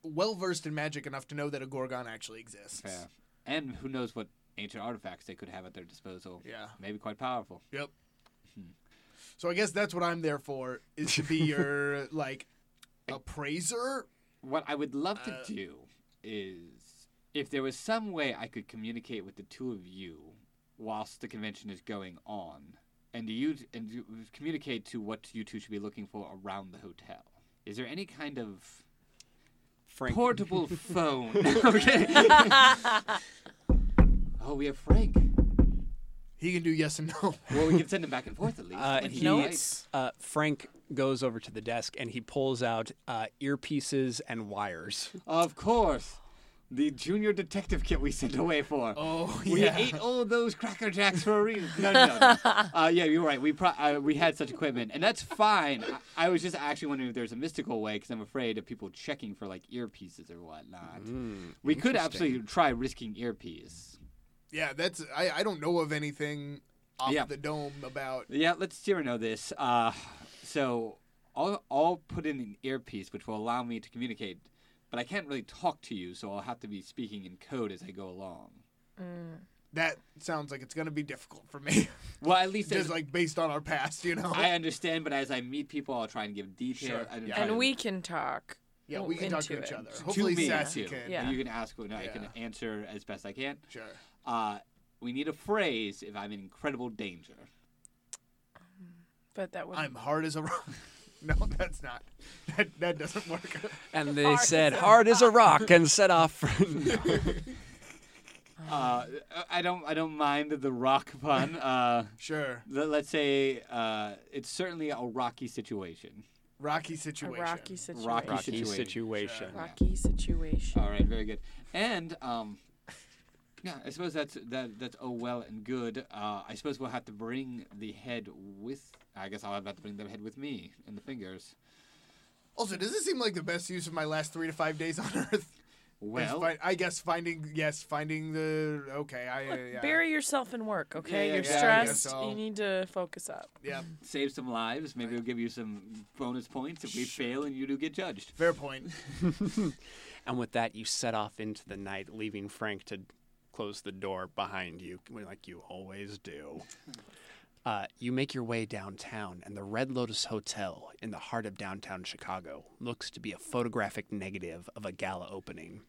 S3: well versed in magic enough to know that a Gorgon actually exists.
S5: Fair. And who knows what ancient artifacts they could have at their disposal.
S3: Yeah.
S5: Maybe quite powerful.
S3: Yep. So I guess that's what I'm there for is to be your like appraiser.
S5: What I would love
S2: Uh,
S5: to do is if there was some way I could communicate with the two of you whilst the convention is going on, and you and you communicate to what you two should be looking for around the hotel. Is there any kind of
S2: Frank.
S5: portable phone? okay. oh, we have Frank.
S3: He can do yes and no.
S5: Well, we can send him back and forth at least.
S2: Uh,
S5: Like,
S2: he,
S5: right?
S6: notes?
S2: uh, Frank goes over to the desk and he pulls out uh, earpieces and wires.
S5: Of course. The junior detective kit we sent away for.
S3: Oh,
S5: we
S3: yeah.
S5: ate all those cracker jacks for a reason. No, no, no. uh, yeah, you're right. We pro- uh, we had such equipment, and that's fine. I, I was just actually wondering if there's a mystical way, because I'm afraid of people checking for like earpieces or whatnot.
S3: Hmm,
S5: we could absolutely try risking earpiece.
S3: Yeah, that's I, I don't know of anything off
S5: Yeah.
S3: the dome about
S5: Yeah, let's Cyrano this. Uh, so I'll, I'll put in an earpiece, which will allow me to communicate, but I can't really talk to you, so I'll have to be speaking in code as I go along.
S3: that sounds like it's gonna be difficult for me.
S5: Well, at least as,
S3: Just like based on our past, you know.
S5: I understand, but as I meet people, I'll try and give details.
S3: Sure,
S5: I don't
S3: yeah.
S5: try
S6: And
S5: to-
S6: we can talk.
S3: yeah, we can talk to
S6: into
S3: each
S6: it.
S3: other. Hopefully
S5: me,
S3: Sassy
S5: too.
S3: can.
S6: Yeah.
S5: You can ask, or no, I can
S3: Yeah.
S5: answer as best I can.
S3: Sure.
S5: Uh, we need a phrase if I'm in incredible danger.
S6: But that would
S3: I'm hard as a rock. no, that's not. That that doesn't work.
S2: And they said, hard as a rock, and set off. For, No.
S5: Uh, I don't, I don't mind the rock pun. Uh,
S3: Sure.
S5: let- let's say uh, it's certainly a rocky situation.
S3: Rocky
S6: a
S3: situation.
S6: rocky situation.
S5: Rocky
S2: Rocky
S5: Situation.
S2: situation.
S6: Rocky situation.
S5: All right, very good. And um, yeah, I suppose that's that that's oh well and good. Uh, I suppose we'll have to bring the head with. I guess I'll have to bring the head with me and the fingers.
S3: Also, does this seem like the best use of my last three to five days on Earth? Is
S5: Well,
S3: fi- I guess finding yes, finding the okay. I uh, yeah.
S6: Bury yourself in work, okay?
S5: yeah,
S6: You're
S5: yeah,
S3: I guess
S6: stressed.
S3: so.
S6: You need to focus up.
S3: yeah.
S5: save some lives. Maybe we'll give you some bonus points if we fail and you do get judged.
S3: Fair point.
S2: And with that, you set off into the night, leaving Frank to close the door behind you, like you always do. Uh, you make your way downtown, and the Red Lotus Hotel in the heart of downtown Chicago looks to be a photographic negative of a gala opening.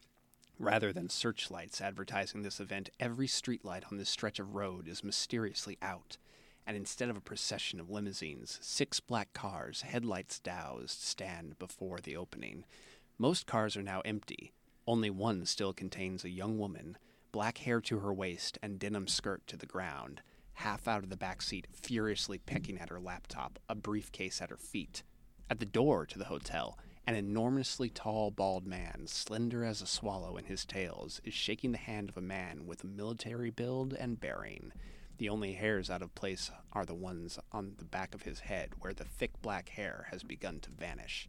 S2: Rather than searchlights advertising this event, every streetlight on this stretch of road is mysteriously out. And instead of a procession of limousines, six black cars, headlights doused, stand before the opening. Most cars are now empty. Only one still contains a young woman, black hair to her waist and denim skirt to the ground, half out of the back seat, furiously pecking at her laptop, a briefcase at her feet. At the door to the hotel, an enormously tall, bald man, slender as a swallow in his tails, is shaking the hand of a man with a military build and bearing. The only hairs out of place are the ones on the back of his head, where the thick black hair has begun to vanish.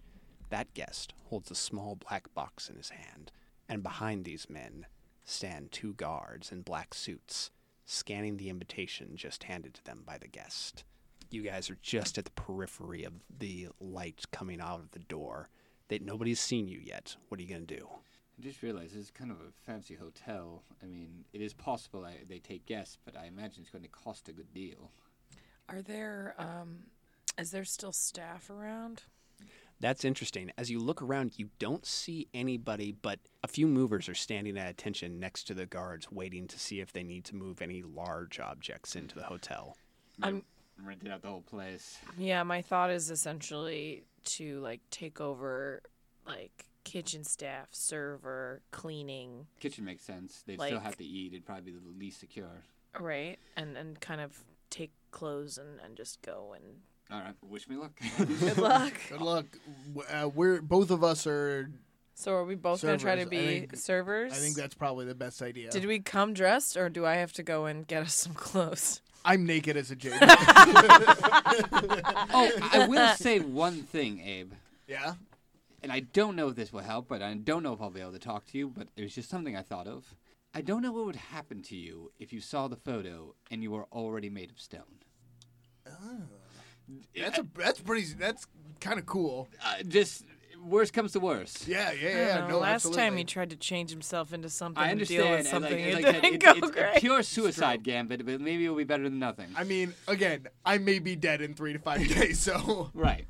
S2: That guest holds a small black box in his hand, and behind these men stand two guards in black suits, scanning the invitation just handed to them by the guest. You guys are just at the periphery of the light coming out of the door. That nobody's seen you yet. What are you gonna do?
S5: I just realized it's kind of a fancy hotel. I mean, it is possible I, they take guests, but I imagine it's going to cost a good deal.
S6: Are there um is there still staff around?
S2: That's interesting. As you look around, you don't see anybody, but a few movers are standing at attention next to the guards, waiting to see if they need to move any large objects into the hotel.
S6: I'm-
S5: rented out the whole place.
S6: Yeah, my thought is essentially to like take over like kitchen staff, server, cleaning,
S5: Kitchen makes sense. They'd still
S6: Like-
S5: have to eat. It'd probably be the least secure.
S6: right? And and kind of take clothes and, and just go and
S5: All right. Wish me luck.
S6: good luck.
S3: Good luck. W- Uh, we're both of us are.
S6: So are we both going to try to
S3: Servers, I
S6: be
S3: think-
S6: servers?
S3: I think that's probably the best idea.
S6: Did we come dressed or do I have to go and get us some clothes?
S3: I'm naked as a jade.
S5: oh, I will say one thing, Abe.
S3: yeah.
S5: And I don't know if this will help, but I don't know if I'll be able to talk to you, but it was just something I thought of. I don't know what would happen to you if you saw the photo and you were already made of stone.
S3: That's a, that's pretty. That's kind of cool.
S5: Uh, just worst comes to worst.
S3: Yeah, yeah,
S6: I
S3: yeah.
S6: don't know.
S3: No,
S6: last time
S3: absolutely.
S6: he tried to change himself into something
S5: I
S6: and deal
S5: understand.
S6: with
S5: and, like- and,
S6: something,
S5: like,
S6: it didn't
S5: it-
S6: go
S5: it's
S6: great.
S5: a pure suicide gambit, but maybe it'll be better than nothing.
S3: I mean, again, I may be dead in three to five days, so
S5: right.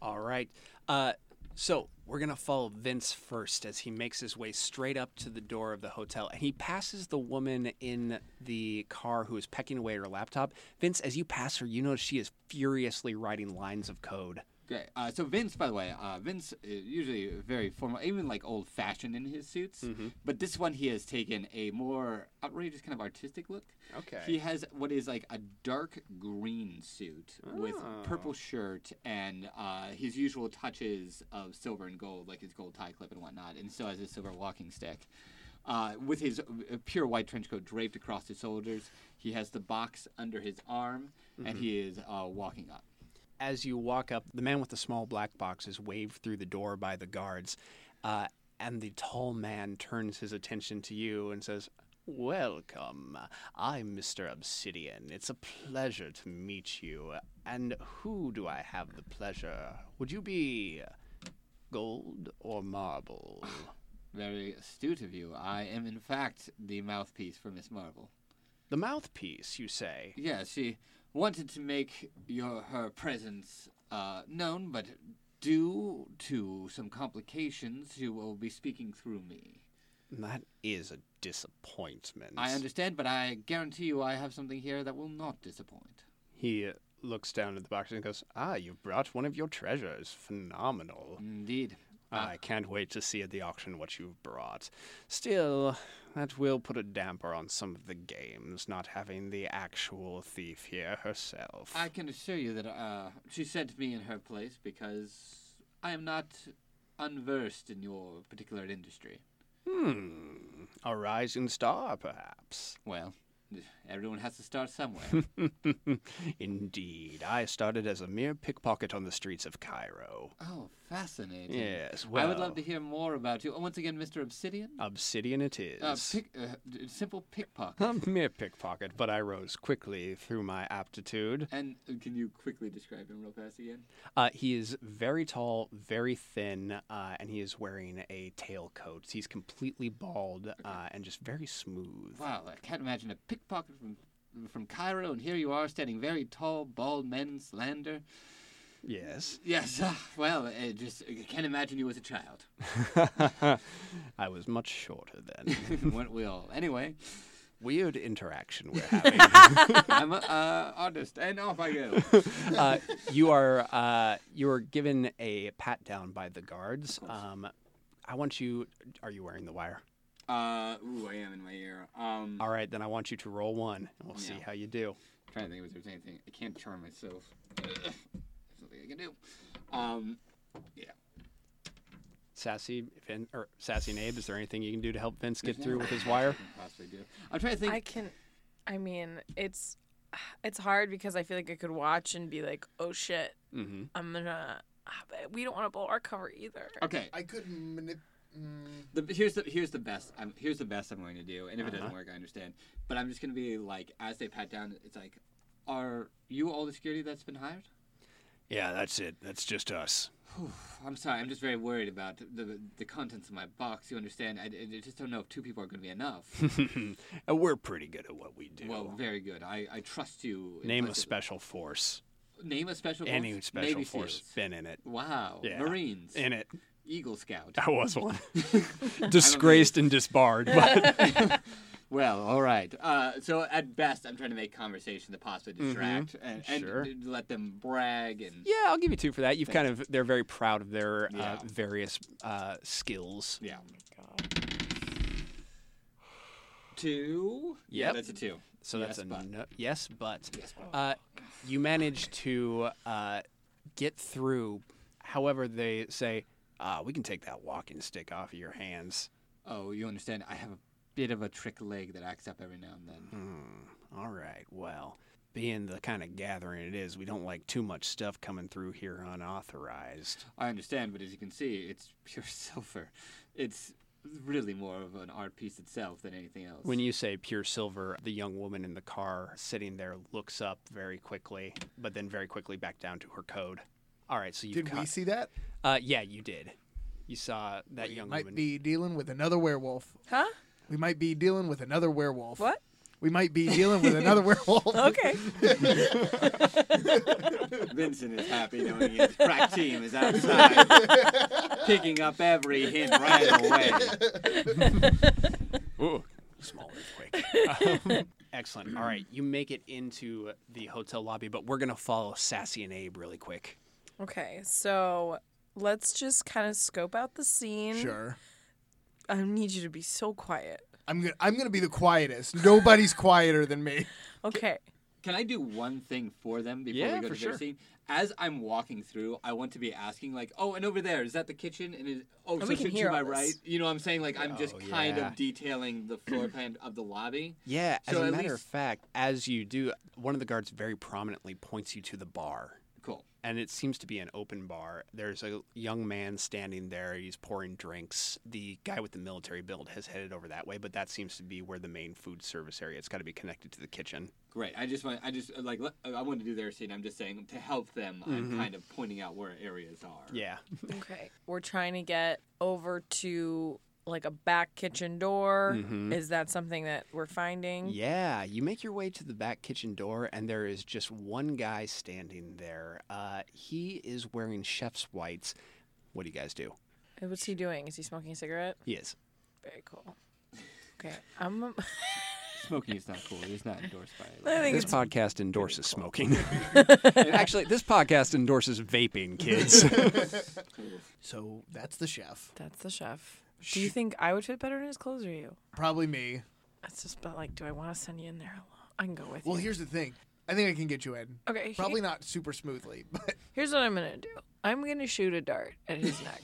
S2: All right. Uh, so we're going to follow Vince first as he makes his way straight up to the door of the hotel and he passes the woman in the car who is pecking away at her laptop. Vince, as you pass her, you notice she is furiously writing lines of code.
S5: Great. Uh, so Vince, by the way, uh, Vince is usually very formal, even like old fashioned in his suits. But this one, he has taken a more outrageous kind of artistic look.
S4: Okay.
S5: He has what is like a dark green suit with purple shirt and uh, his usual touches of silver and gold, like his gold tie clip and whatnot, and still has his silver walking stick. Uh, with his uh, pure white trench coat draped across his shoulders, he has the box under his arm, and he is uh, walking up.
S2: as you walk up, the man with the small black box is waved through the door by the guards, uh, and the tall man turns his attention to you and says, Welcome. I'm Mr. Obsidian. It's a pleasure to meet you. And who do I have the pleasure? Would you be gold or marble?
S5: Very astute of you. I am, in fact, the mouthpiece for Miss Marvel.
S2: The mouthpiece, you say?
S5: Yeah, she wanted to make your her presence uh, known, but due to some complications, she will be speaking through me.
S2: That is a disappointment.
S5: I understand, but I guarantee you I have something here that will not disappoint.
S2: He looks down at the box and goes, Ah, you've brought one of your treasures. Phenomenal.
S5: Indeed. Ah.
S2: I can't wait to see at the auction what you've brought. Still, that will put a damper on some of the games, not having the actual thief here herself.
S5: I can assure you that uh, she sent me in her place because I am not unversed in your particular industry.
S2: Hmm. A rising star, perhaps.
S5: Well, everyone has to start somewhere.
S2: Indeed. I started as a mere pickpocket on the streets of Cairo.
S5: Oh, fascinating.
S2: Yes,
S5: I would love
S2: well.
S5: to hear more about you. Oh, Once again, Mr. Obsidian?
S2: Obsidian it is.
S5: Uh, pick, uh, d- simple pickpocket.
S2: a mere pickpocket, but I rose quickly through my aptitude.
S5: and uh, can you quickly describe him real fast again?
S2: Uh, he is very tall, very thin, uh, and he is wearing a tailcoat. He's completely bald uh, and just very smooth.
S5: Wow, I can't imagine a pickpocket from from Cairo, and here you are standing very tall, bald men, slander.
S2: Yes.
S5: Yes, ah, well, I just I can't imagine you as a child.
S2: I was much shorter then.
S5: Weren't we all? Anyway,
S2: Weird interaction we're having.
S5: I'm an uh, artist, and off I go.
S2: uh, you are uh, you are given a pat down by the guards. Um, I want you. Are you wearing the wire?
S5: Uh, ooh, I am in my ear. Um,
S2: All right, then I want you to roll one, and we'll see
S5: Yeah.
S2: how you do.
S5: trying to think if there's anything. I can't charm myself. There's nothing I can do. Um, yeah.
S2: Sassy, Vin, or Sassy and Abe, is there anything you can do to help Vince get through with his wire?
S5: can possibly do. I'm trying to think.
S6: I can. I mean, it's it's hard because I feel like I could watch and be like, "Oh shit,
S2: Mm-hmm.
S6: I'm gonna." ah, But we don't want to blow our cover either.
S5: Okay,
S3: I could manip. Mm,
S5: the, here's the here's the best. I'm here's the best I'm going to do, and if
S2: Uh-huh.
S5: it doesn't work, I understand. But I'm just going to be like, as they pat down, it's like, are you all the security that's been hired?
S2: Yeah, that's it. That's just us.
S5: I'm sorry, I'm just very worried about the the contents of my box. You understand? I, I just don't know if two people are going to be enough.
S2: And Uh, we're pretty good at what we do.
S5: well, very good. I, I trust you.
S2: Name a
S5: implicitly.
S2: special force.
S5: Name a special.
S2: Any
S5: force?
S2: special
S5: Navy
S2: force.
S5: SEALs.
S2: Been in it.
S5: Wow.
S2: Yeah.
S5: Marines.
S2: In it.
S5: Eagle Scout.
S2: I was one. Disgraced and disbarred. But
S5: Well, all right. Uh, so at best, I'm trying to make conversation to possibly distract and, and
S2: Mm-hmm. Sure.
S5: d- d- let them brag and
S2: yeah, I'll give you two for that. You've kind of they're very proud of their uh,
S5: Yeah.
S2: various uh, skills.
S5: yeah. Two. Yeah,
S2: Yep.
S5: that's a two.
S2: So that's
S5: Yes,
S2: a
S5: but.
S2: no, yes, but uh, you manage to uh, get through. However, they say ah, we can take that walking stick off of your hands.
S5: Oh, you understand? I have a bit of a trick leg that acts up every now
S2: Hmm.
S5: and then.
S2: All right. Well, being the kind of gathering it is, we don't like too much stuff coming through here unauthorized.
S5: I understand, but as you can see, it's pure silver. It's really more of an art piece itself than anything else.
S2: When you say pure silver, the young woman in the car sitting there looks up very quickly, but then very quickly back down to her code. All right. So you
S3: did we see that?
S2: Uh, yeah, you did. You saw that young
S3: Might
S2: woman.
S3: be dealing with another werewolf.
S6: Huh?
S3: We might be dealing with another werewolf.
S6: What?
S3: We might be dealing with another werewolf.
S6: Okay.
S5: Vincent is happy knowing his crack team is outside, picking up every hint right away.
S2: Ooh, small earthquake. Um, excellent. All right, you make it into the hotel lobby, but we're gonna follow Sassy and Abe really quick.
S6: Okay, so let's just kind of scope out the scene.
S3: Sure.
S6: I need you to be so quiet.
S3: I'm gonna I'm gonna be the quietest. Nobody's quieter than me.
S6: Okay.
S5: Can I do one thing for them before
S7: Yeah,
S5: we go
S7: for
S5: to
S7: sure.
S5: their scene? As I'm walking through, I want to be asking like, "Oh, and over there is that the kitchen?" And is, oh, so
S6: we can
S5: to-
S6: hear
S5: to my
S6: all this.
S5: right, you know, what I'm saying like I'm just
S7: Oh,
S5: kind
S7: yeah.
S5: of detailing the floor plan of the lobby.
S4: Yeah, as
S5: So
S4: a
S5: at
S4: matter of
S5: least-
S4: fact, as you do, one of the guards very prominently points you to the bar.
S5: Cool.
S4: And it seems to be an open bar. There's a young man standing there. He's pouring drinks. The guy with the military build has headed over that way, but that seems to be where the main food service area. It's got to be connected to the kitchen.
S5: Great. I just want I just uh, like let- I want to do their scene. I'm just saying to help them. I'm kind of pointing out where areas are.
S4: Yeah.
S6: Okay. We're trying to get over to like a back kitchen door. Is that something that we're finding?
S4: Yeah, you make your way to the back kitchen door, and there is just one guy standing there. Uh, he is wearing chef's whites. What do you guys do?
S6: Uh, What's he doing? Is he smoking a cigarette?
S4: He is.
S6: Very cool. Okay. I'm
S5: Smoking is not cool. It's not endorsed by.
S6: I think
S4: This
S6: it's
S4: podcast endorses smoking. Actually, this podcast endorses vaping, kids.
S3: So that's the chef.
S6: that's the chef. Do you think I would fit better in his clothes or you?
S3: Probably me.
S6: That's just about like, do I want to send you in there alone? I can go with
S3: Well,
S6: you.
S3: here's the thing. I think I can get you in.
S6: Okay. he-
S3: Probably not super smoothly, but
S6: Here's what I'm gonna do. I'm gonna shoot a dart at his neck.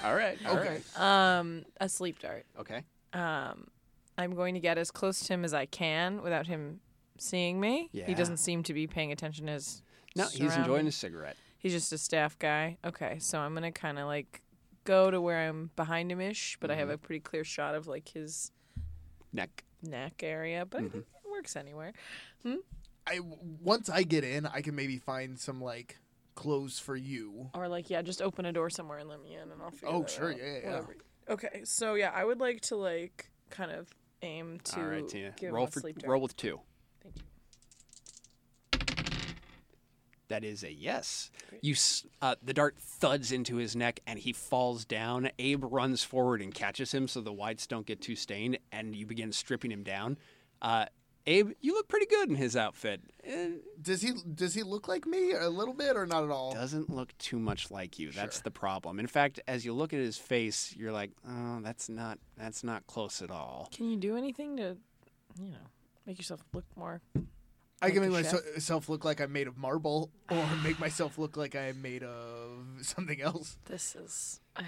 S4: all right. all
S3: Okay.
S4: right.
S6: Um, a sleep dart.
S4: Okay.
S6: Um, I'm going to get as close to him as I can without him seeing me. He
S4: Yeah.
S6: doesn't seem to be paying attention to his.
S4: No, he's enjoying
S6: surrounding-
S4: his cigarette.
S6: He's just a staff guy. Okay, so I'm gonna kind of like go to where I'm behind him ish, but I
S4: Mm-hmm.
S6: have a pretty clear shot of like his
S4: Neck.
S6: neck area. But I think it works anywhere.
S3: I once I get in, I can maybe find some like clothes for you.
S6: Or like, yeah, just open a door somewhere and let me in, and I'll figure.
S3: Oh,
S6: that
S3: sure,
S6: out.
S3: yeah, yeah, yeah.
S6: Whatever. Okay, so yeah, I would like to like kind of aim to
S4: all right, Tina.
S6: give
S4: Roll
S6: him a
S4: for
S6: sleep dart.
S4: roll with two.
S6: Thank you.
S4: That is a yes. You s- uh, the dart thuds into his neck and he falls down. Abe runs forward and catches him so the whites don't get too stained, and you begin stripping him down. Uh, Abe, you look pretty good in his outfit. It
S3: Does he does he look like me a little bit or not at all?
S4: doesn't look too much like you. That's the problem. In fact, as you look at his face, you're like, oh, that's not that's not close at all.
S6: Can you do anything to, you know, make yourself look more?
S3: I can
S6: Like
S3: make
S6: a chef?
S3: myself look like I'm made of marble, or make myself look like I'm made of something else.
S6: This is I,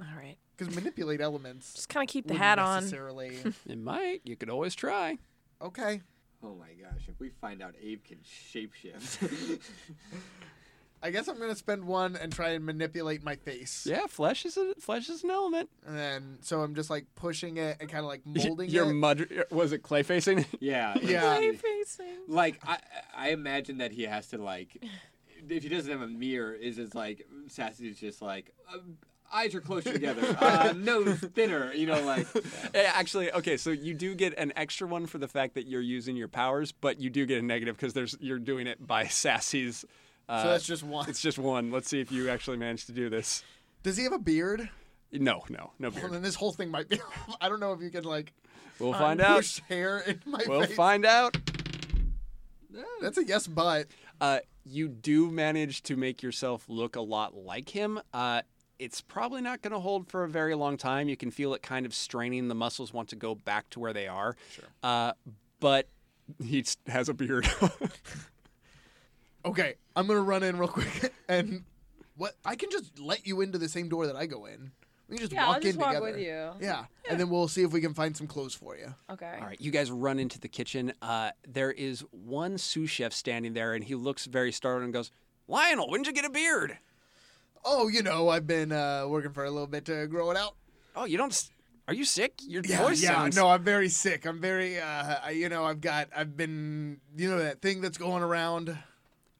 S6: all right.
S3: Because manipulate elements.
S6: Just kind of keep the
S3: wouldn't
S6: hat on.
S3: necessarily.
S4: It might. You could always try.
S3: okay.
S5: Oh my gosh! If we find out Abe can shapeshift,
S3: I guess I'm gonna spend one and try and manipulate my face.
S4: Yeah, flesh is a, flesh is an element.
S3: And then, so I'm just like pushing it and kind of like molding
S4: Your
S3: it.
S4: mud was it clay facing?
S5: yeah,
S3: Yeah.
S6: Hey, facing.
S5: like I, I imagine that he has to like, if he doesn't have a mirror, is it's like Sassy's just like, uh, eyes are closer together, uh, nose thinner, you know, like
S4: Eh, Actually, okay, so you do get an extra one for the fact that you're using your powers, but you do get a negative because there's you're doing it by Sassy's. Uh,
S3: so that's just one.
S4: it's just one. Let's see if you actually manage to do this.
S3: Does he have a beard?
S4: No, no,
S3: Well,
S4: no beard.
S3: then this whole thing might be. I don't know if you can like
S4: We'll find out.
S3: push hair in my
S4: We'll
S3: face.
S4: find out.
S3: That's a yes, but
S4: Uh, you do manage to make yourself look a lot like him. Uh, it's probably not going to hold for a very long time. You can feel it kind of straining. The muscles want to go back to where they are. Sure. Uh, but he s- has a beard.
S3: okay. I'm gonna run in real quick and what? I can just let you into the same door that I go in. We can just walk in together.
S6: you.
S3: Yeah. and then we'll see if we can find some clothes for you.
S6: Okay.
S4: All right, you guys run into the kitchen. Uh, there is one sous chef standing there, and he looks very startled and goes, "Lionel, when'd you get a beard?
S3: Oh, you know, I've been uh, working for a little bit to grow it out.
S4: Oh, you don't? s- Are you sick? Your voice
S3: yeah.
S4: sounds
S3: No, I'm very sick. I'm very, uh, I, you know, I've got, I've been, you know, that thing that's going around.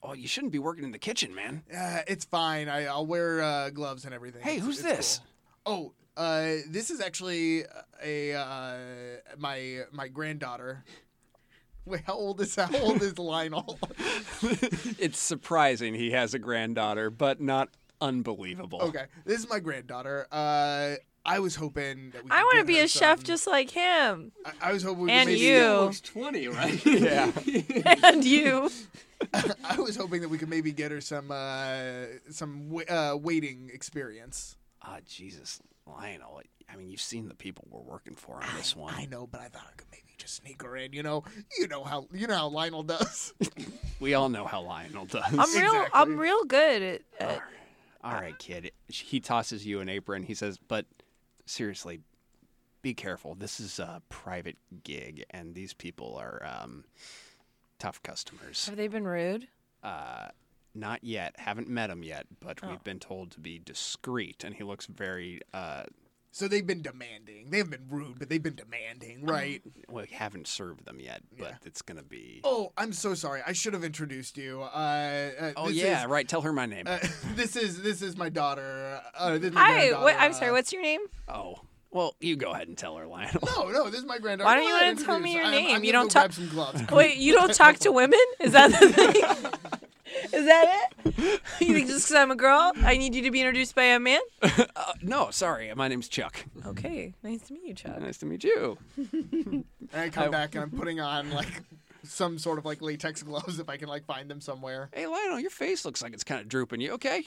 S4: Oh, you shouldn't be working in the kitchen, man.
S3: Uh, it's fine. I, I'll wear uh, gloves and everything.
S4: Hey,
S3: It's-
S4: who's
S3: it's
S4: this?
S3: cool. Oh, uh, this is actually a uh, my my granddaughter. Wait, how old is how old is Lionel?
S4: it's surprising
S3: Oh,
S4: he has a granddaughter, but not unbelievable.
S3: okay, this is my granddaughter. Uh, I was hoping that we.
S6: I
S3: want to
S6: be a chef just like him
S3: I, I was hoping. We
S6: And
S3: could maybe,
S6: you.
S5: Looks twenty, right?
S4: Yeah.
S6: and you.
S3: I was hoping that we could maybe get her some uh, some wa uh, waiting experience.
S2: Ah, Jesus, Lionel. I mean, you've seen the people we're working for on this one.
S3: I know, but I thought I could maybe just sneak her in. You know, you know how you know how Lionel does.
S2: We all know how Lionel does.
S6: I'm real. I'm real good at. at
S2: All right, kid. He tosses you an apron. He says, "But seriously, be careful. This is a private gig, and these people are um, tough customers.
S6: have they been rude?
S2: Uh, not yet. Haven't met them yet, but we've
S3: Oh.
S2: been told to be discreet." And he looks very. Uh,
S3: so they've been demanding. They haven't been rude, but they've been
S2: Uh-huh.
S3: demanding, right?
S2: well, we haven't served them yet, but it's gonna be.
S3: oh, I'm so sorry. I should have introduced you. Uh, uh,
S2: Oh
S3: this
S2: yeah,
S3: is-
S2: right. Tell her my name.
S3: uh, this is this is my daughter. Uh, this is my
S6: Hi.
S3: granddaughter,
S6: What, I'm
S3: uh,
S6: sorry. What's your name?
S2: oh, well, you go ahead and tell her, Lionel.
S3: No, no, this is my granddaughter.
S6: Why don't
S3: Go
S6: you
S3: ahead
S6: wanna tell me
S3: introduce.
S6: your
S3: I'm-
S6: name?
S3: I'm
S6: You
S3: gonna
S6: don't
S3: go
S6: ta-
S3: grab some gloves.
S6: Wait, you don't talk to women? Is that the thing? Is that it? You think just because I'm a girl, I need you to be introduced by a man?
S2: Uh, no, sorry. My name's Chuck.
S6: Okay, nice to meet you, Chuck.
S2: Nice to meet you.
S3: And I
S2: Oh.
S3: come back and I'm putting on like some sort of like latex gloves if I can like find them somewhere.
S2: Hey, Lionel, your face looks like it's kind of drooping. You okay?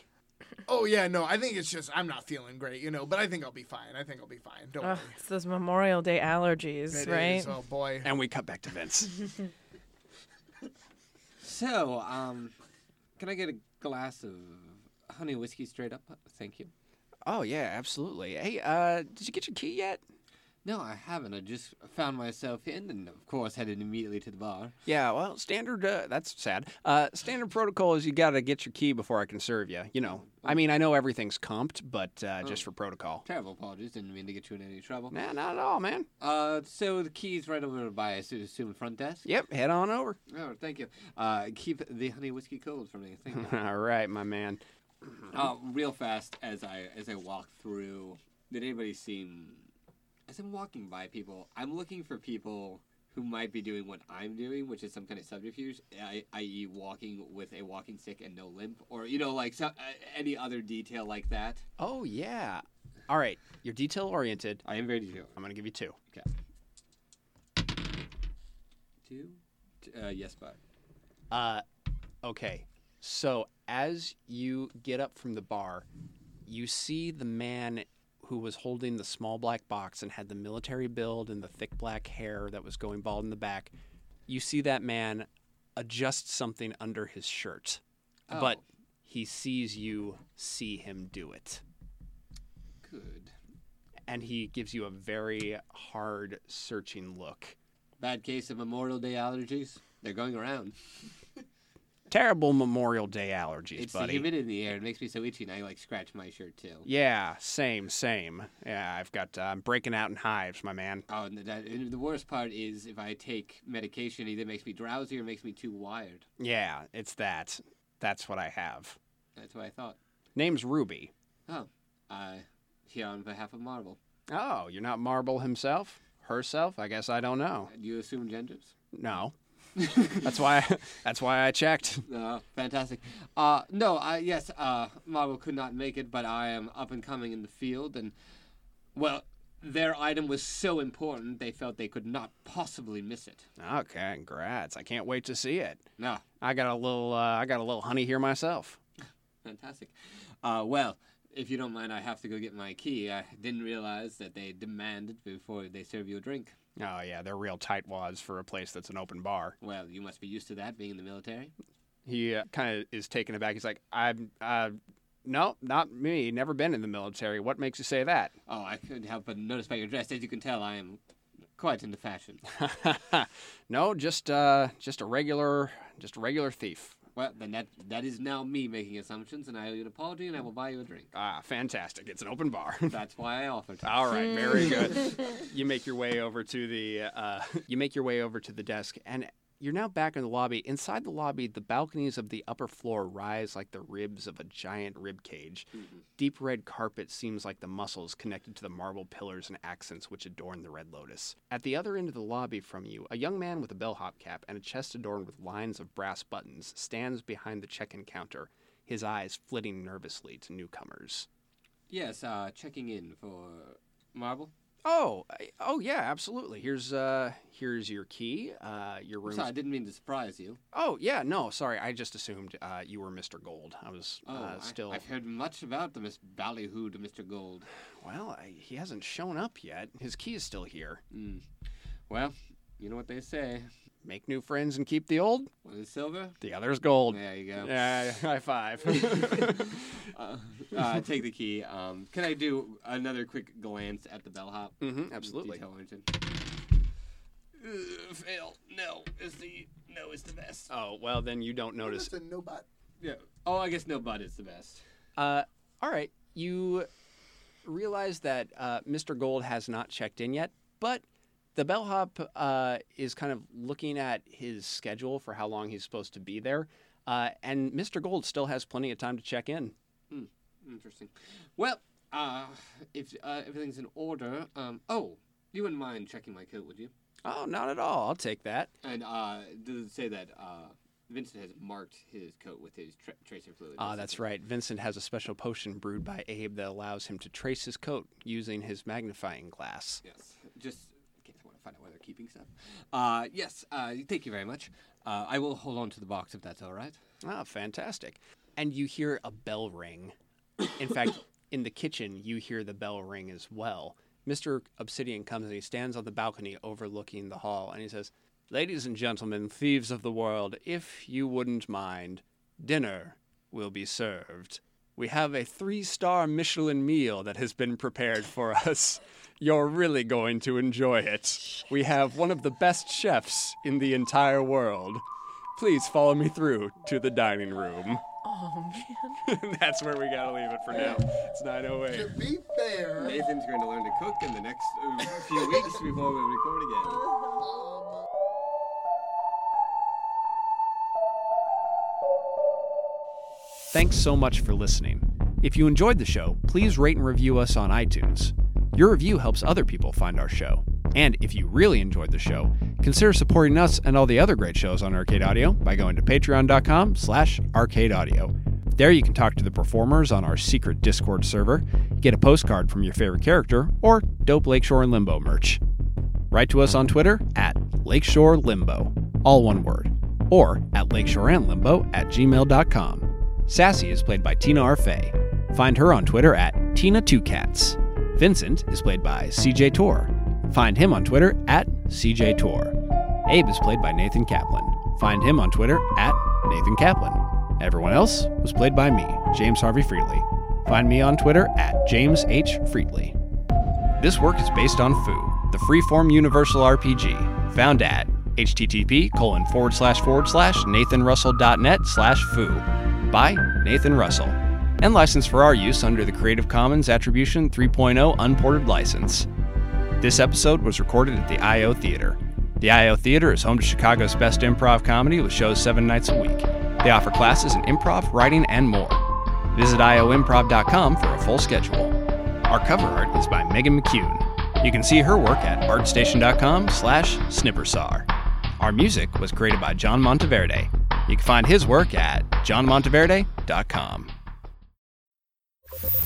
S3: Oh yeah, no, I think it's just I'm not feeling great, you know, but I think I'll be fine. I think I'll be fine. Don't
S6: Ugh,
S3: worry.
S6: it's those Memorial Day allergies,
S3: It
S6: right?
S3: is, Oh boy.
S2: And we cut back to Vince.
S5: So, um, can I get a glass of honey whiskey straight up? Thank you.
S2: oh yeah, absolutely. Hey, uh, did you get your key yet?
S5: No, I haven't. I just found myself in, and of course headed immediately to the bar.
S2: Yeah. Well, standard. Uh, that's sad. Uh, standard protocol is you gotta get your key before I can serve you. You know. I mean, I know everything's comped, but uh, just for protocol.
S5: Terrible apologies. Didn't mean to get you in any trouble.
S2: Nah, not at all, man.
S5: Uh, so the key's right over by, I su- assume, front desk.
S2: Yep. Head on over.
S5: Oh, thank you. Uh, keep the honey whiskey cold for me. Thank you.
S2: all right, my man.
S5: uh, real fast as I as I walk through, did anybody seem? As I'm walking by people, I'm looking for people who might be doing what I'm doing, which is some kind of subterfuge, i- i.e., walking with a walking stick and no limp, or you know, like so, uh, any other detail like that.
S2: Oh yeah. All right. You're detail oriented.
S5: I am very detailed.
S2: I'm gonna give you two.
S5: Okay. Two. T- Uh, yes, but
S2: Uh, okay. So as you get up from the bar, you see the man who was holding the small black box and had the military build and the thick black hair that was going bald in the back. You see that man adjust something under his shirt, but
S5: Oh.
S2: he sees you see him do it.
S5: good.
S2: And he gives you a very hard, searching look.
S5: Bad case of Memorial Day allergies. They're going around.
S2: Terrible Memorial Day allergies,
S5: It's
S2: buddy.
S5: the humidity in the air. It makes me so itchy, and I like scratch my shirt too.
S2: Yeah, same, same. Yeah, I've got. Uh, I'm breaking out in hives, my man.
S5: Oh, and that, and the worst part is if I take medication, it either makes me drowsy or makes me too wired.
S2: Yeah, it's that. That's what I have.
S5: That's what I thought.
S2: Name's Ruby.
S5: Oh, I here on behalf of Marvel.
S2: Oh, you're not Marble himself? Herself? I guess I don't know.
S5: Do you assume genders?
S2: No. that's why. that's why I checked.
S5: Uh, fantastic. Uh, no, I, yes, uh, Marvel could not make it, but I am up and coming in the field, and well, their item was so important they felt they could not possibly miss it.
S2: Okay, congrats. I can't wait to see it.
S5: Ah,
S2: I got a little. Uh, I got a little honey here myself.
S5: Fantastic. Uh, well, if you don't mind, I have to go get my key. I didn't realize that they demand it before they serve you a drink.
S2: Oh yeah, they're real tightwads for a place that's an open bar.
S5: Well, you must be used to that being in the military.
S2: He uh, kind of is taken aback. He's like, "I'm. Uh, no, not me. Never been in the military. What makes you say that?"
S5: Oh, I couldn't help but notice by your dress. As you can tell, I am quite into fashion.
S2: no, just uh, just a regular, just a regular thief.
S5: well, then that, that is now me making assumptions, and I owe you an apology, and I will buy you a drink.
S2: Ah, fantastic! It's an open bar.
S5: That's why I offered.
S2: All right, very good. you make your way over to the uh, you make your way over to the desk, and you're now back in the lobby. Inside the lobby, the balconies of the upper floor rise like the ribs of a giant rib cage. Deep red carpet seems like the muscles connected to the marble pillars and accents which adorn the Red Lotus. At the other end of the lobby from you, a young man with a bellhop cap and a chest adorned with lines of brass buttons stands behind the check-in counter, his eyes flitting nervously to newcomers.
S5: Yes, uh, checking in for Marble?
S4: Oh, I- oh yeah, absolutely. Here's uh, here's your key. Uh, your room.
S5: Sorry, I didn't mean to surprise you.
S4: Oh yeah, no, sorry. I just assumed uh, you were Mr. Gold. I was
S5: Oh,
S4: uh, still.
S5: I, have heard much about the Miss Ballyhoo to Mr. Gold.
S4: Well, I, he hasn't shown up yet. His key is still here.
S5: Mm. Well, you know what they say.
S4: Make new friends and keep the old.
S5: One is silver.
S4: The other's gold.
S5: There you go.
S4: Yeah, high five.
S5: Uh, uh, take the key. Um, can I do another quick glance at the bellhop?
S4: Mhm, absolutely.
S5: Detail engine. Ugh, fail. No is the no is the best.
S4: oh well, then you don't notice.
S3: Listen, no but.
S5: Yeah. Oh, I guess no bud is the best.
S4: Uh, all right, you realize that uh, Mr. Gold has not checked in yet, but the bellhop uh, is kind of looking at his schedule for how long he's supposed to be there, uh, and Mr. Gold still has plenty of time to check in.
S5: Interesting. Well, uh, if uh, everything's in order, um, oh, you wouldn't mind checking my coat, would you?
S4: Oh, not at all. I'll take that.
S5: And uh, does it say that uh, Vincent has marked his coat with his tra- tracer fluid?
S4: Ah, that's right. Vincent has a special potion brewed by Abe that allows him to trace his coat using his magnifying glass.
S5: Yes. Just in case I want to find out where they're keeping stuff. Uh, yes. Uh, thank you very much. Uh, I will hold on to the box if that's all right.
S4: Ah, fantastic. And you hear a bell ring. In fact, in the kitchen, you hear the bell ring as well. Mr. Obsidian comes and he stands on the balcony overlooking the hall and he says, Ladies and gentlemen, thieves of the world, if you wouldn't mind, dinner will be served. We have a three star Michelin meal that has been prepared for us. You're really going to enjoy it. We have one of the best chefs in the entire world. Please follow me through to the dining room.
S6: Oh man.
S4: That's where we gotta leave it for now. It's 908.
S3: To be fair,
S5: Nathan's going to learn to cook in the next uh, few weeks before we record again.
S2: Thanks so much for listening. If you enjoyed the show, please rate and review us on iTunes. Your review helps other people find our show. And if you really enjoyed the show, consider supporting us and all the other great shows on Arcade Audio by going to patreon.com slash arcadeaudio. There you can talk to the performers on our secret Discord server, get a postcard from your favorite character, or dope Lakeshore and Limbo merch. Write to us on Twitter at Lakeshore Limbo, all one word, or at lakeshoreandlimbo at gmail.com. Sassy is played by Tina Arfay. Find her on Twitter at Tina2Cats. Vincent is played by CJ Tor. Find him on Twitter at CJ Tor. Abe is played by Nathan Kaplan. Find him on Twitter at Nathan Kaplan. Everyone else was played by me, James Harvey Freely. Find me on Twitter at James H. Freely. This work is based on Foo, the freeform universal RPG, found at http colon forward slash forward slash nathanrussell.net slash foo by Nathan Russell and licensed for our use under the Creative Commons Attribution 3.0 Unported License. This episode was recorded at the I.O. Theater. The I.O. Theater is home to Chicago's best improv comedy with shows seven nights a week. They offer classes in improv, writing, and more. Visit ioimprov.com for a full schedule. Our cover art is by Megan McCune. You can see her work at artstation.com slash snippersar. Our music was created by John Monteverde. You can find his work at johnmonteverde.com.